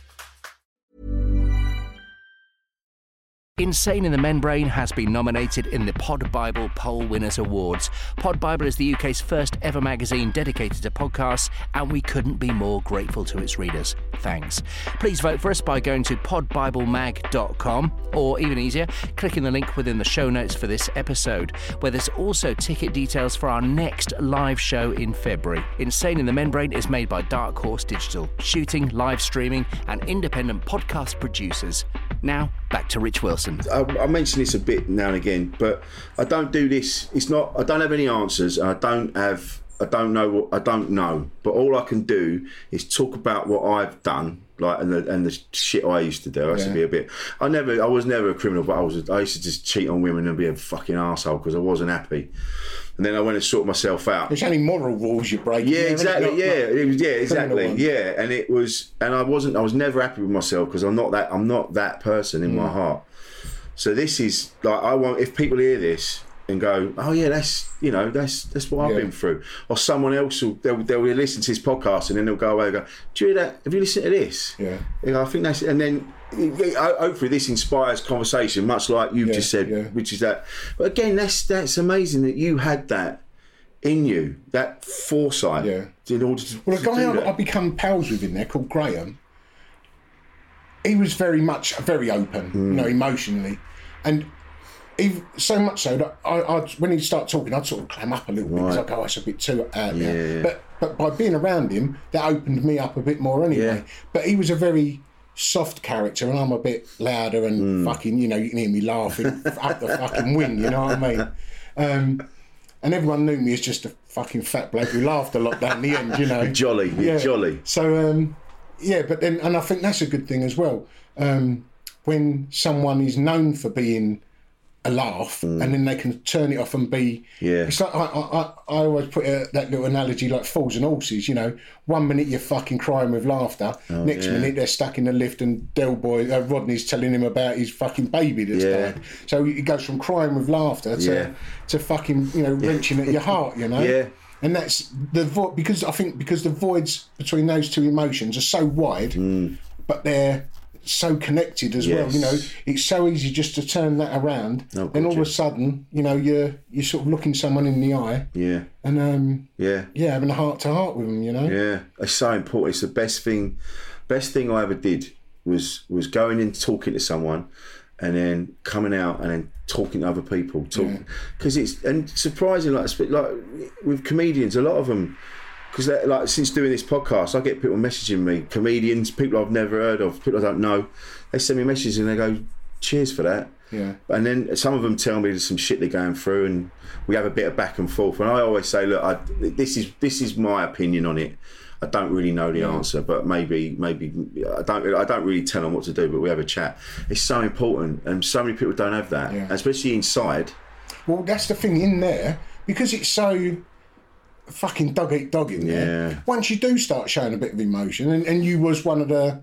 Insane in the Membrane has been nominated in the Pod Bible Poll Winners Awards. Pod Bible is the UK's first ever magazine dedicated to podcasts, and we couldn't be more grateful to its readers. Thanks. Please vote for us by going to podbiblemag.com, or even easier, clicking the link within the show notes for this episode, where there's also ticket details for our next live show in February. Insane in the Membrane is made by Dark Horse Digital, shooting, live streaming, and independent podcast producers. Now, back to Rich Wilson.
I, I mention this a bit now and again, but I don't do this. It's not. I don't have any answers. and I don't have. I don't know what. I don't know. But all I can do is talk about what I've done, like and the and the shit I used to do. I used to
Yeah.
be a bit. I never. I was never a criminal, but I was. I used to just cheat on women and be a fucking asshole because I wasn't happy. And then I went and sorted myself out.
There's only moral rules you break.
Yeah,
you know,
exactly.
not-
yeah,
not
it was, yeah,
criminal
exactly.
ones.
Yeah, and it was, and I wasn't. I was never happy with myself because I'm not that. I'm not that person in my
Mm.
heart. So this is like I want. If people hear this and go, oh yeah, that's you know that's that's what I've been through, or someone else will they'll, they'll listen to this podcast and then they'll go away and go, do you hear that? Have you listened to this? Yeah. I think that's and then. it- ho- Hopefully, this inspires conversation, much like you've just said, which is that. But again, that's that's amazing that you had that in you that foresight in order to,
Well, a
to
guy
do
I, I
that.
become pals with in there called Graham, he was very much very open,
Hmm.
you know, emotionally, and he, so much so that I, I when he'd start talking, I'd sort of clam up a little bit because I
Right.
go, oh, "It's a bit too out there."
Yeah.
But but by being around him, that opened me up a bit more anyway. But he was a very soft character, and I'm a bit louder
Hmm.
and fucking, you know, you can hear
*laughs*
me laughing up the fucking wing. You know what I mean? Um, and everyone knew me as just a fucking fat bloke who laughed a lot down the end, you know.
You're jolly, you're jolly.
So um, yeah, but then and I think that's a good thing as well. Um, when someone is known for being a laugh, and then they can turn it off and be
Mm. Yeah.
It's like I I, I- I always put uh that little analogy like fools and horses. You know, one minute you're fucking crying with laughter,
Oh,
next
yeah.
minute they're stuck in the lift and Del Boy uh, Rodney's telling him about his fucking baby that's
Yeah.
died. So it goes from crying with laughter to
Yeah.
to fucking you know wrenching at your
*laughs*
heart. You know,
Yeah.
and that's the void because I think because the voids between those two emotions are so wide, but they're so connected as well. You know,
Hmm. Yes.
it's so easy just to turn that around.
Oh,
then all of a
gotcha.
sudden, you know, you're you're sort of looking someone in the eye
Yeah,
and um,
yeah,
yeah, having a heart to heart with them. You know,
yeah. It's so important. It's the best thing. Best thing I ever did was was going and talking to someone, and then coming out and then talking to other people. Talking because it's and surprising like sp- like with comedians, a lot of them. Because like since doing this podcast, I get people messaging me, comedians, people I've never heard of, people I don't know. They send me messages and they go, "Cheers for that."
Yeah.
And then some of them tell me there's some shit they're going through, and we have a bit of back and forth. And I always say, look, I, this is this is my opinion on it. I don't really know the answer, but maybe maybe I don't I don't really tell them what to do, but we have a chat. It's so important, and so many people don't have that,
Yeah.
especially inside.
Well, that's the thing in there because it's so fucking dog eat dog in
Yeah.
there. Once you do start showing a bit of emotion, and, and you was one of the.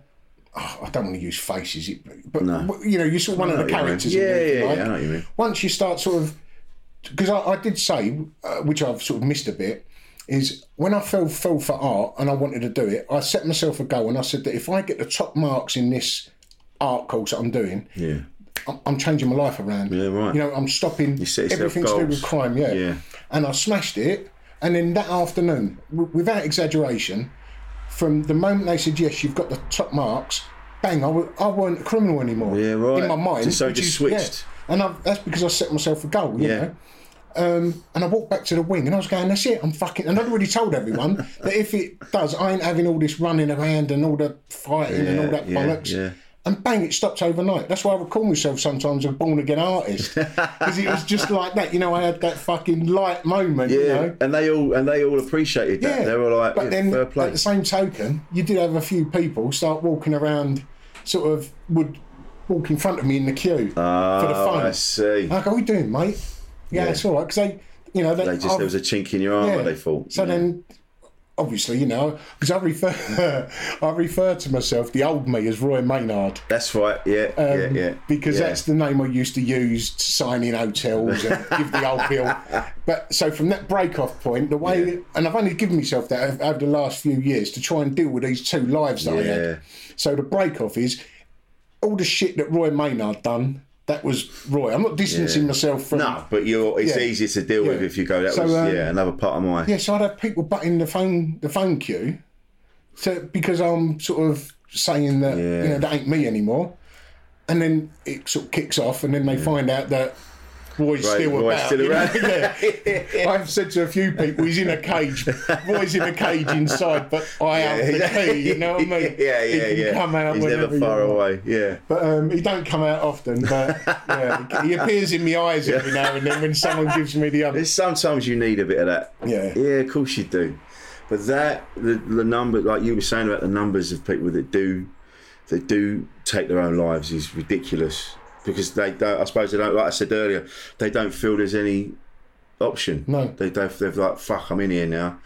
oh, I don't want to use faces, it, but but, you know, you're sort of one
I
of
know
the
what you mean.
characters.
Yeah,
in there, if
yeah,
you
yeah,
like.
I know what you mean.
Once you start sort of, because I, I did say, uh, which I've sort of missed a bit, is when I fell fell for art and I wanted to do it, I set myself a goal and I said that if I get the top marks in this art course that I'm doing,
Yeah.
I'm- I'm changing my life around. Yeah,
right.
You know, I'm stopping
You set yourself
everything to do
goals.
with crime. Yeah.
Yeah.
And I smashed it. And then that afternoon, w- without exaggeration, from the moment they said yes, you've got the top marks, bang, I w- I weren't a criminal anymore. Yeah,
right.
In my mind,
So it
which
just
is-
switched.
yeah. And I've, that's because I set myself a goal. You
Yeah.
Know? Um, and I walked back to the wing and I was going, that's it, I'm fucking. And I'd already
*laughs*
told everyone that if it does, I ain't having all this running around and all the fighting and all that
yeah,
bollocks
yeah.
and bang, it stopped overnight. That's why I would call myself sometimes a born
*laughs*
again artist because it was just like that. You know, I had that fucking light moment.
Yeah,
You know?
and they all and they all appreciated that.
Yeah,
They were like,
but
yeah,
then
fair play.
at the same token, you did have a few people start walking around, sort of would walk in front of me in the queue for the
Oh,
phone.
I see.
Like, "How are we doing, mate? Yeah,
Yeah.
it's all right because they, you know, they,
they just
I've-
there was a chink in your armour.
yeah.
They thought.
So then, obviously, you know, because I refer, *laughs* I refer to myself, the old me, as Roy Maynard.
That's right. Yeah,
Um,
yeah, yeah.
Because
yeah.
that's the name I used to use to sign in
*laughs*
hotels and give the old bill. But so from that break off point, the way, and I've only given myself that over- over the last few years to try and deal with these two lives that I
Yeah.
had. So the break off is all the shit that Roy Maynard done. That was Roy. I'm not distancing
Yeah.
myself from.
No, but you're. It's
Yeah.
easier to deal with
Yeah.
if you go. That
So,
was
um,
yeah, another part of my.
*laughs* Yeah, so I'd have people butting the phone the phone queue, so because I'm sort of saying that you know that ain't me anymore, and then it sort of kicks off, and then they find out that Roy's
Right,
still
Roy's
about.
still
you know?
around.
*laughs* yeah. I've said to a few people, he's in a cage. Roy's in a cage inside, but I am the key. You know what I mean?
*laughs* Yeah,
He
yeah,
can
yeah.
Come out
He's
whenever
never
you
far
want.
away. Yeah.
But um, he don't come out often. But yeah, he appears in my eyes every now and then when someone gives me
*laughs*
the other.
There's sometimes you need a bit of that.
Yeah.
Yeah, of course you do. But that the, the number, like you were saying about the numbers of people that do that do take their own lives is ridiculous because they don't. I suppose they don't. Like I said earlier, they don't feel there's any option. No. They don't. They're like, fuck, I'm in here now.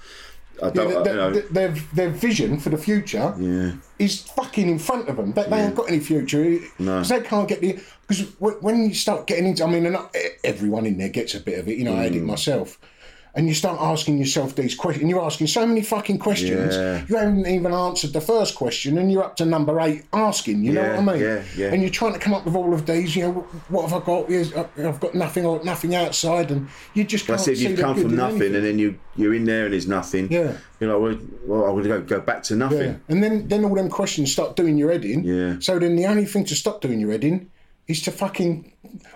I
Yeah,
don't.
th-
you know.
th- th- their, their vision for the future
yeah.
is fucking in front of them. They, they ain't got any future
No.
because they can't get the. Because when you start getting into, I mean, and not everyone in there gets a bit of it. You know, I had
Mm.
it myself. And you start asking yourself these questions. You're asking so many fucking questions.
Yeah.
You haven't even answered the first question, and you're up to number eight asking. You know
Yeah,
what I mean?
yeah, yeah.
And you're trying to come up with all of these. You know, what have I got? Yes, I- I've got nothing. Or nothing outside, and you just can't
That's if
see
you've
the
come
good
from
in
nothing
anything.
and then you you're in there and there's nothing.
Yeah.
You're like, well, well I'm gonna go, go back to nothing.
Yeah. And then, then all them questions start doing your head in.
Yeah.
So then the only thing to stop doing your head in is to fucking.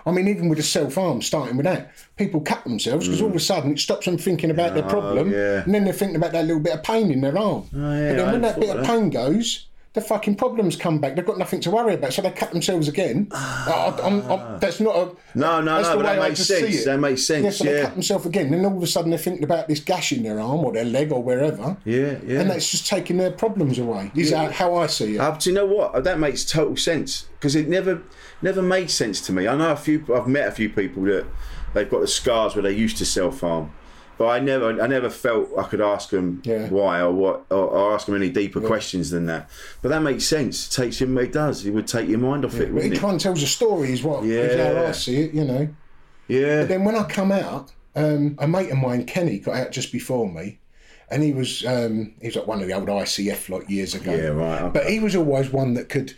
I mean, even with the self harm, starting with that, people cut themselves because all of a sudden it stops them thinking about their
Mm. Oh,
problem.
yeah. Oh,
And then they're thinking about that little bit of pain in their arm.
yeah,
but then
I
when that
thought
bit of
that.
pain goes, the fucking problems come back. They've got nothing to worry about. So they cut themselves again. Oh, I- I'm- I'm- that's not a.
Ah. No, no, no,
that's the
but
way
that
I
makes
just see
sense.
it.
That makes sense,
Yeah, so they
yeah.
cut themselves again. Then all of a sudden they're thinking about this gash in their arm or their leg or wherever.
Yeah, yeah.
And that's just taking their problems away. Is
Yeah.
that how I see it?
Uh, do you know what? That makes total sense because it never, never made sense to me. I know a few. I've met a few people that they've got the scars where they used to self harm, but I never, I never felt I could ask them
Yeah.
why or what, or, or ask them any deeper questions than that. But that makes sense. It takes you, it does. It would take your mind off it,
But
wouldn't
each
it?
one tells a story, is what is how
Yeah.
I see it, you know.
Yeah.
But then when I come out, um, a mate of mine, Kenny, got out just before me, and he was um, he was like one of the old ICF lot years ago.
Yeah, right, okay.
But he was always one that could.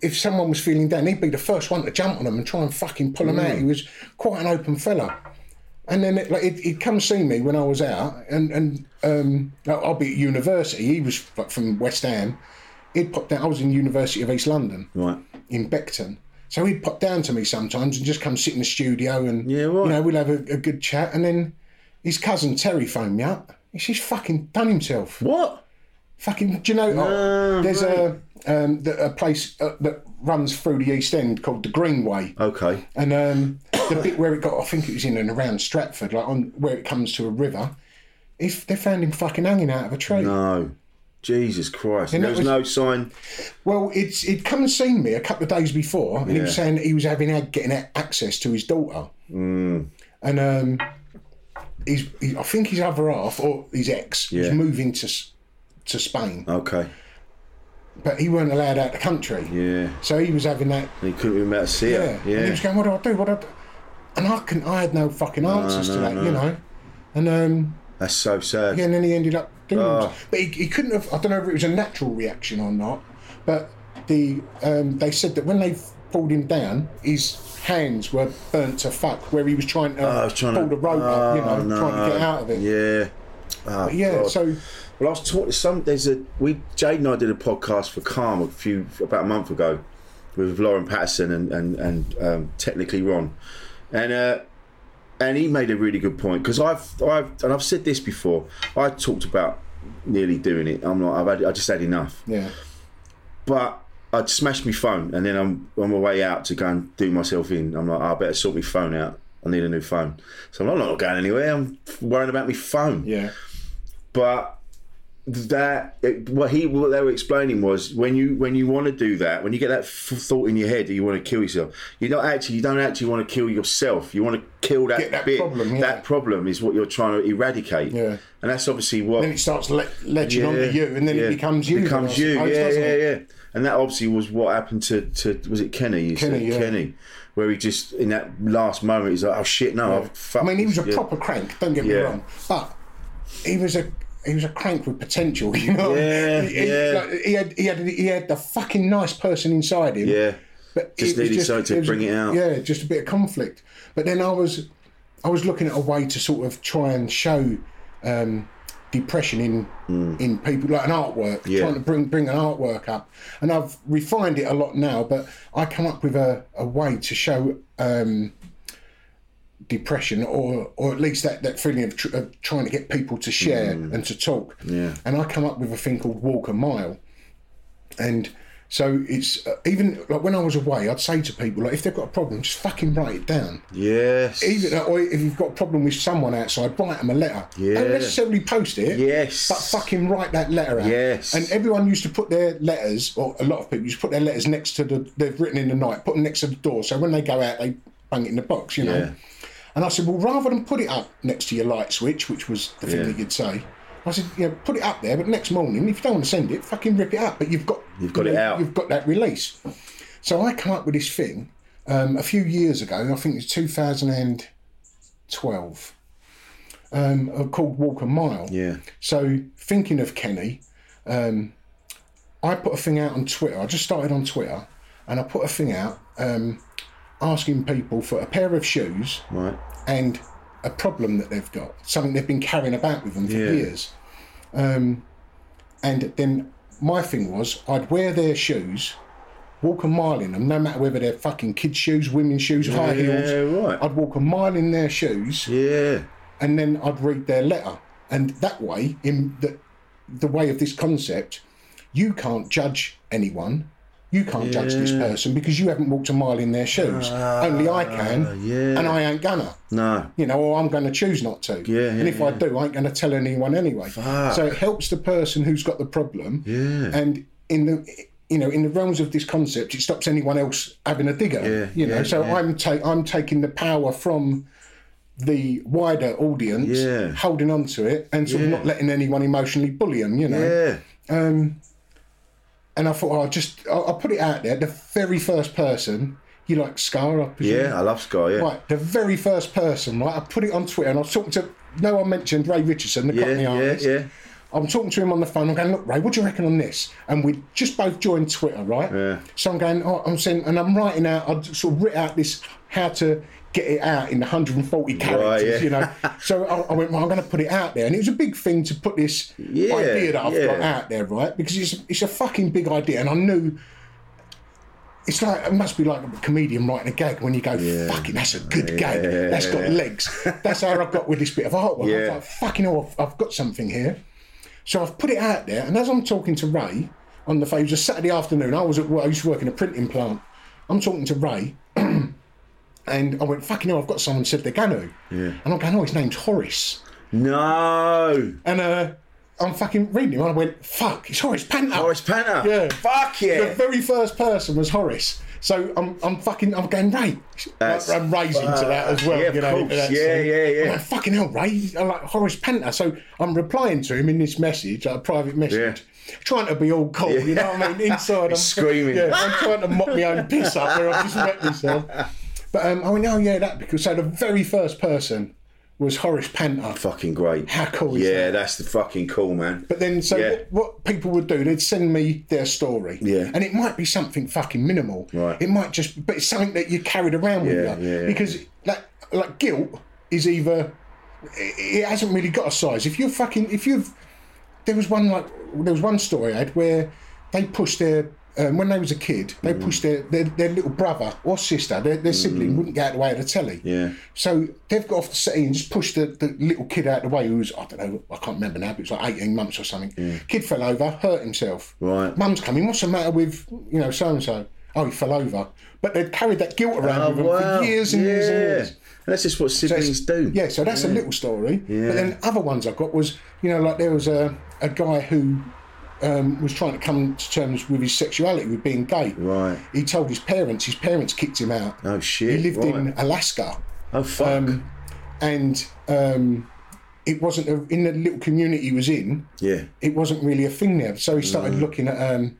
If someone was feeling down, he'd be the first one to jump on them and try and fucking pull them
Mm.
out. He was quite an open fella. And then it, like, he'd, he'd come see me when I was out, and and um, like, I'll be at university. He was like, from West Ham. He'd popped down. I was in University of East London
Right.
in Beckton. So he'd pop down to me sometimes and just come sit in the studio and you know we'd have a, a good chat. And then his cousin Terry phoned me up. He says, "Fucking done himself."
What?
Fucking. Do you know? oh, there's a um, that a place uh, that runs through the East End called the Greenway.
Okay.
And um, the bit where it got, I think it was in and around Stratford, like on where it comes to a river. If they found him fucking hanging out of a tree.
No. Jesus Christ.
And
And there
that
was, no sign.
Well, it's he'd come and seen me a couple of days before, and he was
Yeah.
saying that he was having had- getting a- access to his daughter,
Mm.
and um, he's he, I think his other half or his ex was
Yeah.
moving to S- to Spain,
Okay.
but he weren't allowed out of the country,
Yeah.
so he was having that.
And he couldn't be about to see
Yeah,
her. Yeah.
And he was going, "What do I do? What do I do?" And I can I had no fucking
No,
answers to
no,
that,
no.
you know, and um,
That's so sad.
yeah, and then he ended up doing
Oh.
it. But he, he couldn't have, I don't know if it was a natural reaction or not, but the um, they said that when they pulled him down, his hands were burnt to fuck where he was trying to
Ah, I was trying
pull
to,
the rope up, you know,
Oh, no.
trying to get out of it.
Yeah. Oh,
But yeah,
God.
so
Well, I was talking to some. There's a we Jade and I did a podcast for Calm a few about a month ago with Lauren Patterson and and and um, technically Ron, and uh, and he made a really good point because I've I've and I've said this before. I talked about nearly doing it. I'm like I've had, I just had enough,
yeah,
but. I'd smashed my phone and then I'm on my way out to go and do myself in. I'm like, "Oh, I better sort my phone out. I need a new phone. So I'm not going anywhere. I'm worrying about my phone
yeah,
but that it, what he what they were explaining was when you when you want to do that when you get that f- thought in your head that you want to kill yourself you don't actually you don't actually want to kill yourself you want to kill that,
Get that
bit
problem, yeah.
that problem is what you're trying to eradicate
yeah.
and that's obviously what
Then it starts le- ledging
Yeah,
onto you, and then
yeah.
it becomes you.
becomes
then, I
you
suppose,
yeah
doesn't
yeah
it?
yeah and that obviously was what happened to, to was it Kenny you
Kenny,
said
yeah.
Kenny where he just in that last moment he's like oh shit no I've
I
fucked
mean, he was
this,
a
yeah.
proper crank. Don't get me
Yeah.
wrong, but he was a he was a crank with potential. *laughs* You know,
Yeah,
he,
yeah.
like, he had he had he had the fucking nice person inside him.
yeah
But
Just
it was
needed something to
was-
bring it out.
Yeah, just a bit of conflict. But then I was, I was looking at a way to sort of try and show um, depression in in people, like an artwork,
Mm. Yeah.
trying to bring bring an artwork up. And I've refined it a lot now, but I come up with a, a way to show um, depression, or or at least that that feeling of, tr- of trying to get people to share and to talk
Mm. yeah
and I come up with a thing called walk a mile. And so it's uh, even like when I was away, I'd say to people like if they've got a problem, just fucking write it down.
yes
Even uh, or if you've got a problem with someone outside, write them a letter.
Yeah.
Don't necessarily post it.
Yes.
But fucking write that letter out.
Yes.
And everyone used to put their letters, or a lot of people used to put their letters next to the they've written in the night, put them next to the door, so when they go out, they bang it in the box, you know.
Yeah.
And I said, well, rather than put it up next to your light switch, which was the thing
Yeah.
that you'd say, I said, yeah, put it up there, but next morning, if you don't want to send it, fucking rip it up. But you've got
You've got it out.
You've got that release. So I come up with this thing um, a few years ago. I think it was 2012. Um, uh, called Walk a Mile.
yeah
So thinking of Kenny, um, I put a thing out on Twitter. I just started on Twitter, and I put a thing out um, asking people for a pair of shoes
right
and a problem that they've got, something they've been carrying about with them for
Yeah.
years. Um, and then my thing was, I'd wear their shoes, walk a mile in them, no matter whether they're fucking kids' shoes, women's shoes, high
yeah
heels.
right
I'd walk a mile in their shoes,
Yeah,
and then I'd read their letter. And that way, in the, the way of this concept, you can't judge anyone. You can't judge this
Yeah. Ah,
person because you haven't walked a mile in their shoes. Only I can,
yeah.
and I ain't gonna
no,
you know, or I'm going to choose not to.
yeah,
and if I
yeah.
do, I ain't going to tell anyone anyway.
Fuck.
So it helps the person who's got the problem.
Yeah.
And in the you know in the realms of this concept, it stops anyone else having a digger.
Yeah,
You know,
yeah,
so
yeah.
I'm ta- I'm taking the power from the wider audience,
Yeah.
holding on to it, and sort of
Yeah.
not letting anyone emotionally bully them. You know.
yeah,
Um, and I thought I'll just I'll, I'll put it out there. The very first person you like, Scar, I presume.
yeah. I love Sky. Yeah,
Right, the very first person, right? I put it on Twitter and I was talking to no one mentioned Ray Richardson, the
yeah,
Cockney
yeah,
artist.
yeah,
I'm talking to him on the phone. I'm going, look, Ray, what do you reckon on this? And we just both joined Twitter, right?
Yeah.
So I'm going, oh, I'm saying, and I'm writing out, I sort of writ out this how to get it out in 140
yeah.
characters, you
*laughs*
know. so I, I went, well, I'm going to put it out there, and it was a big thing to put this
Yeah,
idea that I've got
yeah.
out there, right? Because it's it's a fucking big idea, and I knew. It's like it must be like a comedian writing a gag when you go, "Fucking, that's a good gag.
Yeah.
That's got legs." That's how I got with this bit of artwork. I was
Yeah.
like, "Fucking, hell, I've, I've got something here." So I've put it out there, and as I'm talking to Ray, on the phone. It was a Saturday afternoon. I was at work. I used to work in a printing plant. I'm talking to Ray, *clears throat* and I went, "Fucking hell, I've got someone said they're gonna."
Yeah.
And I'm going, "Oh, his name's Horace."
No.
And uh, I'm fucking reading him, and I went, "Fuck, it's Horace Panter." Horace
Panter.
Yeah.
Fuck yeah.
The very first person was Horace. So I'm, I'm fucking, I'm going Ray.
That's-
I'm raising to that as well.
Yeah, of
you know,
course.
that's-
Yeah, yeah, yeah.
I'm like, fucking hell, Ray. I'm like Horace Panter. So I'm replying to him in this message, like a private message, trying to be all cool. You know what I mean? Inside,
*laughs*
I'm
screaming.
Yeah, I'm trying to mop my own piss up where I've just wet myself. But um, I went, oh yeah, that because so the very first person was Horace Panter.
Fucking great.
How cool is
Yeah, that's the fucking cool, man.
But then, so
Yeah.
what, what people would do, they'd send me their story.
Yeah.
And it might be something fucking minimal.
Right.
It might just, but it's something that you carried around with
Yeah,
you.
yeah, yeah.
Because, like, like guilt is either, it it hasn't really got a size. If you're fucking, if you've, there was one, like, there was one story I had where they pushed their, um, when they was a kid,
Mm.
they pushed their, their, their little brother or sister, their, their sibling wouldn't get out of the way of the telly.
Yeah.
So they've got off the settee and just pushed the, the little kid out of the way who was, I don't know, I can't remember now, but it was like 18 months or something. Kid fell over, hurt himself.
Right.
Mum's coming, what's the matter with, you know, so and so? Oh, he fell over. But they'd carried that guilt around
Oh,
with them
wow.
for years and years and
Yeah.
years.
that's just what siblings do.
Yeah, so that's a
Yeah.
little story.
Yeah.
But then other ones I got was, you know, like there was a, a guy who um, was trying to come to terms with his sexuality, with being gay.
Right.
He told his parents, his parents kicked him out.
Oh shit.
He lived
right.
in Alaska.
Oh fuck.
Um, and um, it wasn't a, in the little community he was in.
yeah.
It wasn't really a thing there. So he started looking at um,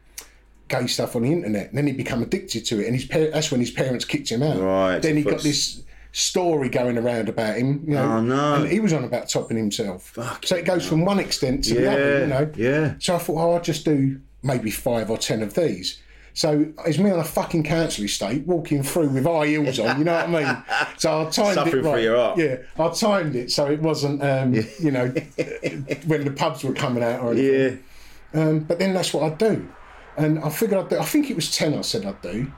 gay stuff on the internet. And then he became addicted to it, and his par- that's when his parents kicked him out.
Right,
Then he
fucks.
got this story going around about him. You know,
Oh, no.
And he was on about topping himself. so it goes from one extent to the other.
Yeah.
You know.
Yeah.
So I thought, oh, I'll just do maybe five or ten of these. So it's me on a fucking council estate walking through with high heels on, you know what I mean? So I timed
Suffering
it
for
right.
your art.
Yeah, I timed it so it wasn't, um, you know, when the pubs were coming out or anything. Yeah. Um, but then that's what I'd do. And I figured I'd do, I think it was 10 I said I'd do.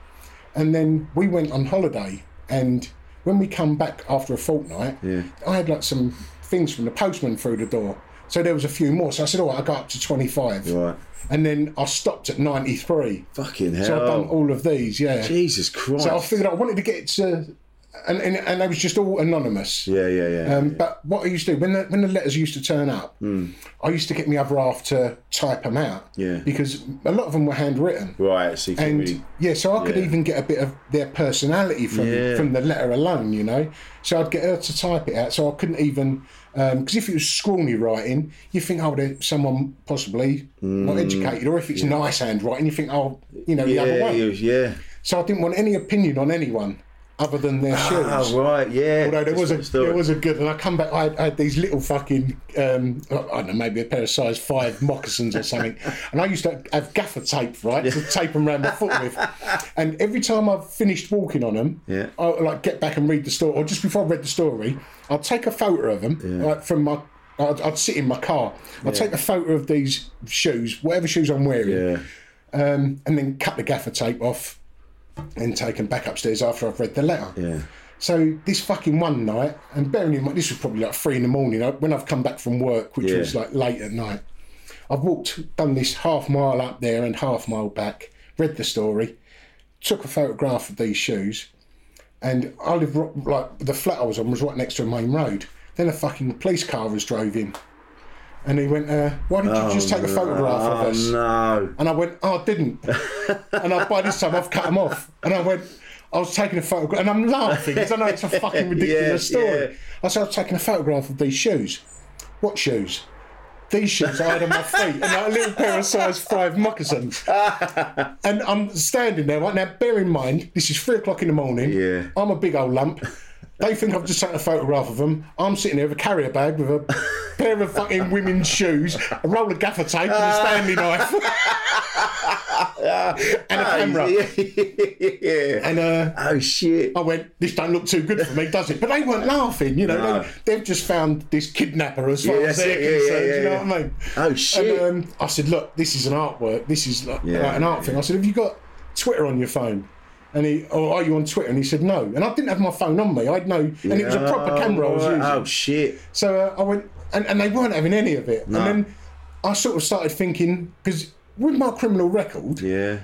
And then we went on holiday. And when we come back after a fortnight,
Yeah.
I had like some things from the postman through the door. So there was a few more. So I said, all right, I'll go up to 25.
Right.
And then I stopped at 93.
Fucking hell.
So I've done all of these, yeah.
Jesus Christ.
So I figured I wanted to get to, and and, and they was just all anonymous.
yeah, yeah, yeah. Hmm.
Um, But what I used to do when the when the letters used to turn up, I used to get my other half to type them out.
Yeah.
Because a lot of them were handwritten,
right. So you can
and
really,
yeah, so I could
yeah.
even get a bit of their personality from
Yeah.
from the letter alone, you know. So I'd get her to type it out, so I couldn't even. Because if it was scrawny writing, you think, oh, there's someone possibly not educated, or if it's nice handwriting, you think, oh, you know, the
Mm. yeah,
other way.
you- yeah.
So I didn't want any opinion on anyone other than their shoes.
Oh right. Yeah.
Although there
That's
was
the
a
story.
there was a good, and I come back. I had, I had these little fucking um, I don't know, maybe a pair of size
*laughs*
five moccasins or something, and I used to have gaffer tape, right, to tape them around my foot with. And every time I've finished walking on them,
Yeah.
I like get back and read the story, or just before I read the story, I'll take a photo of them like, from my. I'd, I'd sit in my car. I'd take a photo of these shoes, whatever shoes I'm wearing,
Yeah.
um, and then cut the gaffer tape off and take them back upstairs after I've read the letter.
Yeah.
So this fucking one night, and bearing in mind this was probably like three in the morning I- when I've come back from work, which
Yeah.
was like late at night. I've walked, done this half mile up there and half mile back, read the story, took a photograph of these shoes, and I lived ro- like the flat I was on was right next to a main road. Then a fucking police car was drove in, and he went, uh, "Why didn't you just take a photograph of
Oh,
us?"
no.
And I went, oh, I didn't. and I, by this time, I've cut him off. And I went, I was taking a photograph, and I'm laughing because I know it's a fucking ridiculous
*laughs* Yeah,
story.
yeah.
I said, I was taking a photograph of these shoes. What shoes? These shoes I had on my feet, and like a little pair of size five
*laughs*
moccasins. and I'm standing there right now. Bear in mind, this is three o'clock in the morning.
Yeah.
I'm a big old lump. They think I've just taken a photograph of them. I'm sitting there with a carrier bag with a pair of fucking women's shoes, a roll of gaffer tape,
*laughs*
and a Stanley knife. and a camera.
Ah, yeah. *laughs*
And uh,
Oh shit.
I went, this don't look too good for me, does it? But they weren't laughing, you know.
No.
They, they've just found this kidnapper as far
Yeah,
as
that's
they're
it. Yeah,
concerned.
yeah,
you know
yeah,
what I mean?
yeah. Oh, shit.
And, um, I said, look, this is an artwork. This is like,
Yeah,
like an art thing. I said, have you got Twitter on your phone? And he, or are you on Twitter? And he said, no. And I didn't have my phone on me. I'd know, and it was a proper camera I was using.
Oh shit.
So uh, I went, and, and they weren't having any of it.
No.
And then I sort of started thinking, because with my criminal record,
yeah,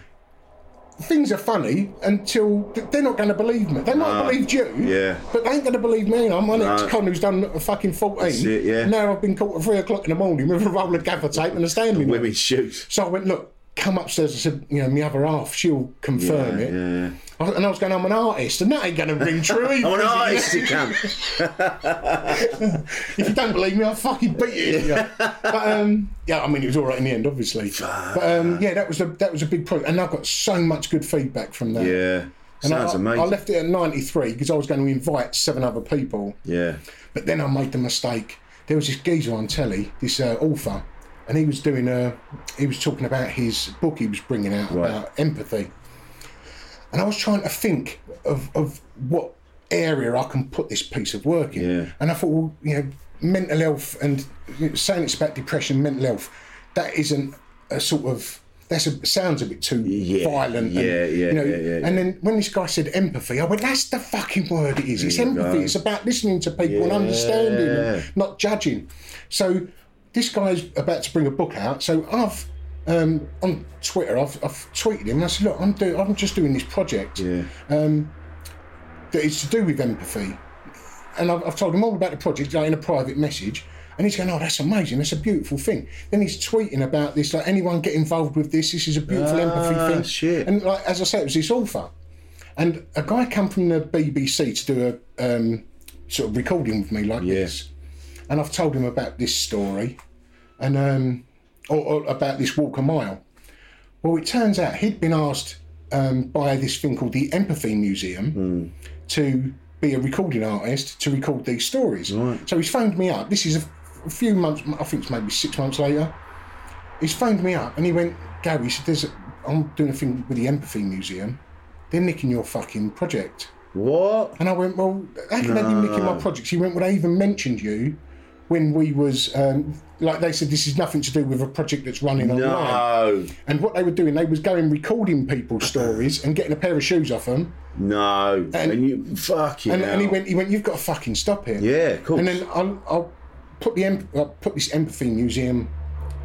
things are funny until th- they're not going to believe me. They
No.
might believe you,
Yeah.
but they ain't going to believe me. I'm an
No.
ex-con who's done a fucking fourteen.
That's it, yeah.
Now I've been caught at three o'clock in the morning with a roll of gaffer tape and a Stanley. knife.
Women's shoes.
So I went, look, come upstairs. I said, you know, my other half, she'll confirm
Yeah,
it.
yeah, yeah.
I- And I was going, I'm an artist, and that ain't going to
*laughs*
ring true.
I'm
either,
an
is it?
artist, you can.
*laughs* if you don't believe me, I'll fucking beat you. Yeah. But um, yeah, I mean, it was all right in the end, obviously. But um, yeah, that was a that was a big project, and I got so much good feedback from that.
Yeah,
*laughs* And
sounds
I,
amazing.
I left it at 93 because I was going to invite seven other people,
yeah,
but then I made the mistake. There was this geezer on telly, this uh, author, and he was doing a, he was talking about his book he was bringing out
Right.
about empathy, and I was trying to think of of what area I can put this piece of work in,
yeah.
and I thought, well, you know, mental health and you know, saying it's about depression, mental health, that isn't a sort of that's a, sounds a bit too violent.
yeah,
and,
yeah,
you know,
yeah, yeah, yeah.
And then when this guy said empathy, I went, "That's the fucking word it is. It's
There you
empathy.
go.
It's about listening to people and
Yeah.
understanding, and not judging." So this guy's about to bring a book out. So I've um, on Twitter, I've, I've tweeted him. And I said, "Look, I'm doing. I'm just doing this project."
Yeah.
um, that it's to do with empathy. And I've, I've told him all about the project like, in a private message. And he's going, oh, that's amazing. That's a beautiful thing. Then he's tweeting about this, like, anyone get involved with this. This is a beautiful
Ah,
empathy thing.
shit.
And like, as I said, it was this author. And a guy come from the BBC to do a um, sort of recording with me like this. And I've told him about this story and um, or, or about this walk a mile. Well, it turns out he'd been asked um, by this thing called the Empathy Museum to be a recording artist to record these stories. So he's phoned me up. This is a, f- a few months, I think it's maybe six months later. He's phoned me up and he went, Gary, he said, There's a, I'm doing a thing with the Empathy Museum. They're nicking your fucking project.
What?
And I went, well, how can they be nicking my
No.
project? He went, well, they even mentioned you when we was, um, like they said, this is nothing to do with a project that's running online.
No,
And what they were doing, they was going recording people's stories and getting a pair of shoes off them.
no. And, you fucking.
And, and he
hell.
went, he went, you've got to fucking stop here.
Yeah, of course.
And then I'll, I'll put the em- I'll put this empathy museum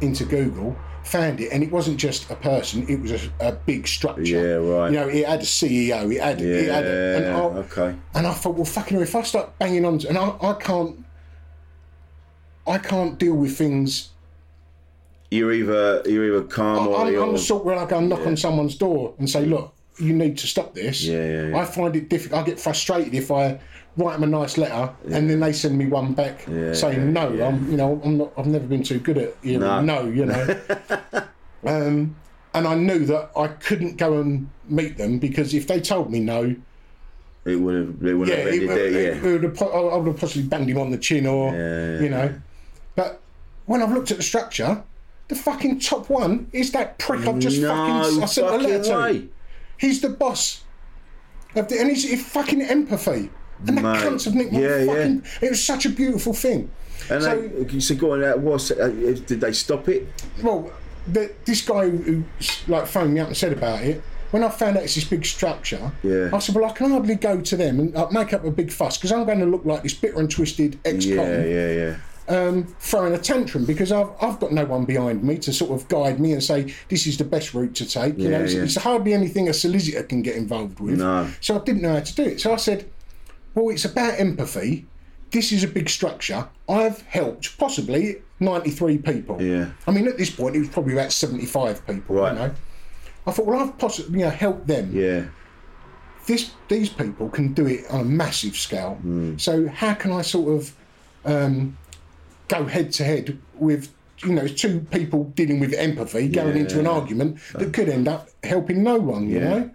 into Google, found it, and it wasn't just a person; it was a, a big structure.
yeah, right.
You know, it had a CEO, it had, it had, a, and,
Yeah,
I,
okay.
and I thought, well, fucking, hell, if I start banging on, and I, I can't, I can't deal with things
You're either you're either calm or
I'm,
you're,
I'm the sort where I go and knock on someone's door and say, "Look, you need to stop this."
Yeah, yeah, yeah.
I find it difficult. I get frustrated if I write them a nice letter and then they send me one back
Yeah,
saying,
yeah,
"No, I'm, you know, I'm not. I've never been too good at you know,
No.
no,
*laughs*
you know." um, and I knew that I couldn't go and meet them because if they told me no,
it would have it would
yeah,
have ended
it, would-
there.
it
yeah.
would have, po- I I would have possibly banged him on the chin or, you know. But when I've looked at the structure, the fucking top one is that prick I've just
No
fucking I sent a letter
fucking
to.
way.
He's the boss. Of the, and he's, he's fucking empathy. And that
Mate,
cunt of Nick, my
yeah, yeah.
fucking. It was such a beautiful thing.
And
so,
they, so going out was uh, did they stop it?
well, the, this guy who like phoned me up and said about it. When I found out it's this big structure,
Yeah.
I said, "Well, I can hardly go to them and like, make up a big fuss because I'm going to look like this bitter and twisted ex-con
Yeah, yeah, yeah.
um, throwing a tantrum because I've, I've got no one behind me to sort of guide me and say this is the best route to take. You
Yeah,
know, it's,
yeah.
it's hardly anything a solicitor can get involved with.
No.
So I didn't know how to do it. So I said, well, it's about empathy. This is a big structure. I've helped possibly 93 people.
Yeah.
I mean, at this point, it was probably about 75 people.
Right.
You know? I thought, well, I've possibly you know, helped them
Yeah.
this these people can do it on a massive scale.
Hmm.
So how can I sort of um, go head to head with you know two people dealing with empathy going into an
Yeah.
argument that could end up helping no one? You
Yeah.
know.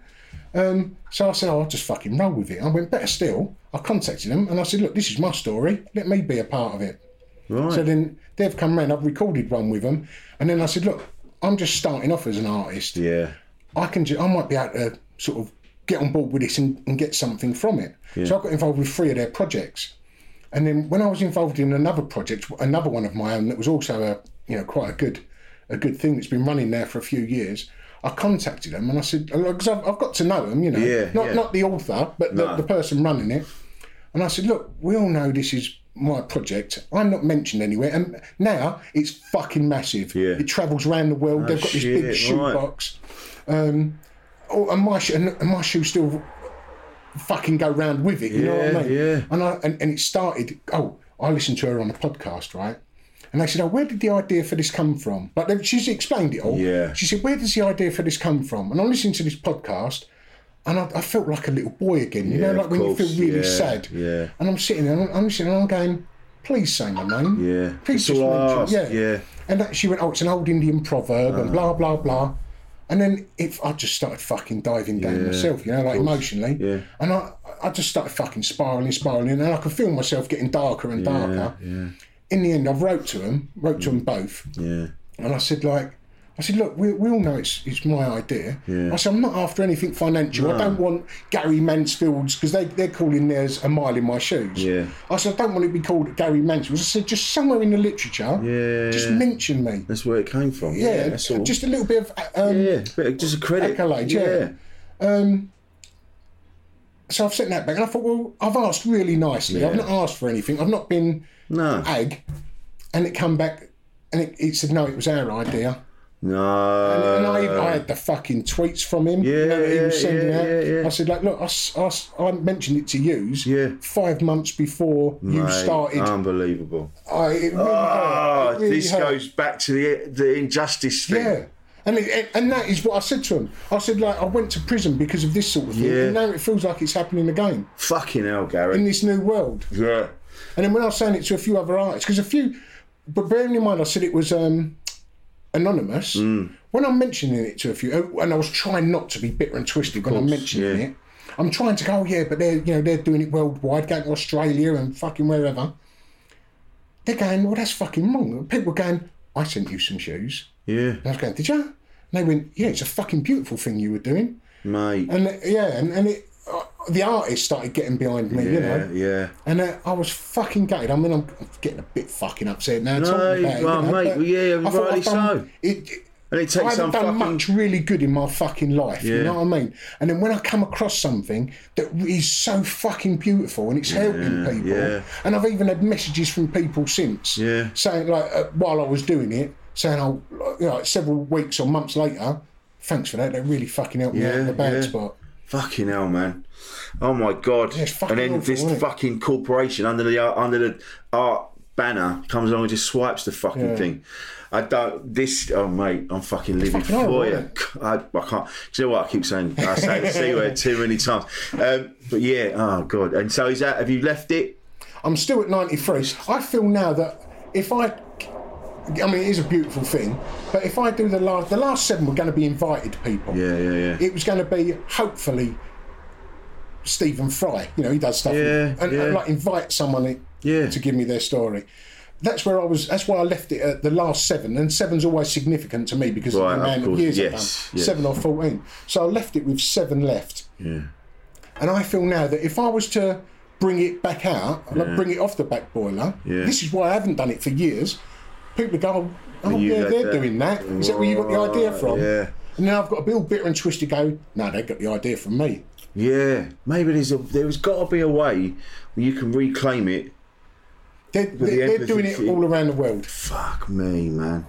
Um, so I said, oh, I'll just fucking roll with it. I went, better still, I contacted them and I said, look, this is my story. Let me be a part of it.
Right.
So then they've come round, I've recorded one with them. And then I said, look, I'm just starting off as an artist.
yeah.
I can ju- I might be able to sort of get on board with this and, and get something from it.
Yeah.
So I got involved with three of their projects, and then when I was involved in another project, another one of my own that was also a you know quite a good a good thing that's been running there for a few years. I contacted them and I said because I've, I've got to know them, you know,
Yeah,
not
yeah.
not the author but the,
No.
the person running it, and I said, look, we all know this is my project. I'm not mentioned anywhere, and now it's fucking massive. Yeah. It travels around the world.
Oh,
They've got
shit,
this big
right.
shoe box. Um, oh, and my shoe, and my shoes still fucking go round with it. You know what
Yeah,
I mean? Yeah. And I and, and it started. Oh, I listened to her on a podcast, right? And they said, "Oh, where did the idea for this come from?" Like they- she's explained it all.
Yeah.
She said, "Where does the idea for this come from?" And I listened to this podcast, and I, I felt like a little boy again. You know, like
of
when you
course,
feel really
yeah,
sad.
Yeah.
And I'm sitting there, and I'm- I'm sitting there, and I'm going, please say my name.
Yeah.
Please
It's all I
mention-
asked, yeah.
And that, she went, oh, it's an old Indian proverb,
Ah.
and blah, blah, blah. And then if I just started fucking diving down
Yeah,
myself, you know, like
of course.
emotionally.
Yeah.
And I, I just started fucking spiraling, spiraling, and I could feel myself getting darker and darker.
Yeah.
In the end, I wrote to them, wrote to them both,
Yeah.
and I said, like, I said, look, we, we all know it's, it's my idea.
Yeah.
I said, I'm not after anything financial. I
No.
don't want Gary Mansfield's, because they, they're calling theirs a mile in my shoes.
Yeah.
I said, I don't want it to be called Gary Mansfield. I said, just somewhere in the literature,
Yeah.
just mention me.
That's where it came from.
Yeah,
Yeah. that's all.
just a little bit of um, yeah,
just a credit.
accolade. Yeah. Um, so I've sent that back, and I thought, well, I've asked really nicely. I've
Yeah.
not asked for anything. I've not been
No.
ag, and it come back, and it, it said, no, it was our idea.
No.
And, and I, I had the fucking tweets from him. Yeah, that he was
Uh, yeah,
sending
yeah,
out.
yeah, yeah.
I said, like, look, I, s- I s- I mentioned it to yous five months before you
Mate,
started.
Unbelievable.
I, it really hurt.
Oh,
It really
this
hurt.
goes back to the the injustice thing.
Yeah. And, it, and that is what I said to him. I said, like, I went to prison because of this sort of thing.
Yeah.
And now it feels like it's happening again
Fucking hell, Gary.
in this new world.
yeah.
And then when I was saying it to a few other artists, because a few, but bearing in mind, I said it was um, anonymous.
Hmm.
When I'm mentioning it to a few, oh, and I was trying not to be bitter and twisted when I'm mentioning it, I'm trying to go, oh, yeah, but they're you know they're doing it worldwide, going to Australia and fucking wherever. They're going, well, that's fucking wrong. And People are going, I sent you some shoes.
Yeah.
And I was going, did you? And they went, yeah, it's a fucking beautiful thing you were doing.
Mate.
And uh, yeah, and, and it, uh, the artist started getting behind me,
yeah,
you know.
yeah.
And uh, I was fucking gutted. I mean, I'm I'm getting a bit fucking upset now.
No,
talking about it,
well,
you know,
mate,
but
well, yeah,
I thought
rightly
I've done-
so.
It, it-
And it
I
takes
haven't
some
done
fucking.
much really good in my fucking life. You
Yeah.
know what I mean? And then when I come across something that is so fucking beautiful and it's helping people,
yeah.
and I've even had messages from people since
Yeah.
saying, like, uh, while I was doing it, saying, oh, you know, several weeks or months later, thanks for that. That really fucking helped me out in
Yeah,
the bad
yeah.
spot.
Fucking hell, man! Oh my god! and then
awful,
this
isn't it?
fucking corporation under the uh, under the art banner comes along and just swipes the fucking
Yeah.
thing. I don't. This. Oh mate, I'm fucking living
fucking
for
horrible,
you. *laughs* I, I can't. Do you know what I keep saying? I say the c word too many times. Um, but yeah. Oh god. And so is that? Have you left it?
I'm still at 93. I feel now that if I, I mean, it is a beautiful thing, but if I do the last, the last seven were going to be invited people.
Yeah, yeah, yeah.
It was going to be hopefully Stephen Fry. You know, he does stuff,
Yeah,
and, and
yeah.
like invite someone
Yeah.
to give me their story. That's where I was. That's why I left it at the last seven, and seven's always significant to me because
Right,
of
of
the amount of,
course,
years
yes,
I've done,
yes.
seven or fourteen. So I left it with seven left.
Yeah.
And I feel now that if I was to bring it back out, like
Yeah.
bring it off the back boiler,
Yeah.
this is why I haven't done it for years. People go, oh,
You
yeah,
got
they're
that.
doing that. Is that where you got the idea from?
Yeah.
And now I've got a Bill Bitter and Twisty go, no, they got the idea from me.
Yeah. Maybe there's a there's got to be a way where you can reclaim it.
They're,
the
they're, they're doing it
empathy-
all around the world.
Fuck me, man.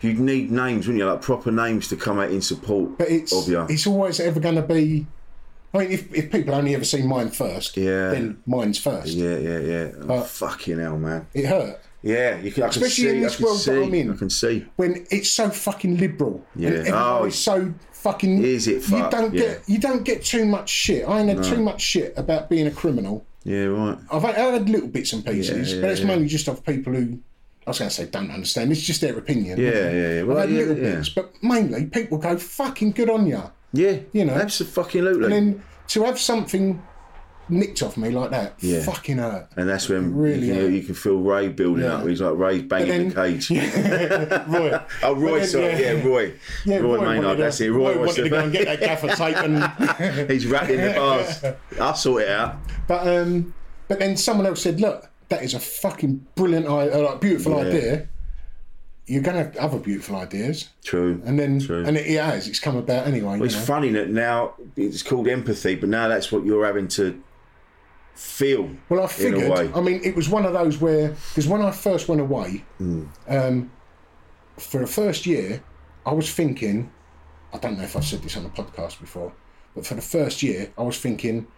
You'd need names, wouldn't you? Like proper names to come out in support
But it's,
of you.
it's always ever going to be. I mean, if, if people only ever see mine first,
Yeah.
then mine's first.
Yeah, yeah, yeah. Oh, fucking hell, man.
It hurt.
Yeah, you can, I can
Especially
see.
in this
I can
world that
see,
I'm in.
I can see.
when it's so fucking liberal.
Yeah.
And everyone
Oh,
is so fucking.
is it
You
fuck?
don't
Yeah.
get you don't get too much shit. I ain't had too much shit about being a criminal.
Yeah, right.
I've had, I've had little bits and pieces,
Yeah, yeah,
but it's
yeah.
mainly just of people who. I was going to say don't understand. It's just their opinion.
Yeah, yeah, yeah. Well,
I've had
yeah,
little
yeah.
bits, but mainly people go fucking good on ya.
Yeah,
You know.
absolutely.
And then to have something nicked off me like that,
Yeah.
fucking hurt.
and that's when
Really,
you,
yeah.
can, you can feel Ray building
Yeah.
up. He's like Ray's banging the
*laughs*
cage.
Roy.
*laughs* Oh, Roy,
But then,
sorry, yeah, Roy,
Yeah,
Roy,
Roy
Maynard.
wanted to-
That's it. Roy,
Roy
wants
wanted to go and get that gaffer tape
*laughs*
and- *laughs*
he's rattling the bars. I'll sort it out.
But um, but then someone else said, "Look, that is a fucking brilliant, i- uh, like, beautiful
Yeah.
idea. You're gonna have other beautiful ideas."
True.
And then
True.
and it, it has. It's come about anyway.
Well,
you
it's
know.
funny that now it's called empathy, but now that's what you're having to feel.
Well, I
in
figured.
a way.
I mean, it was one of those where because when I first went away,
Mm.
um, for the first year, I was thinking, I don't know if I've said this on the podcast before, but for the first year, I was thinking,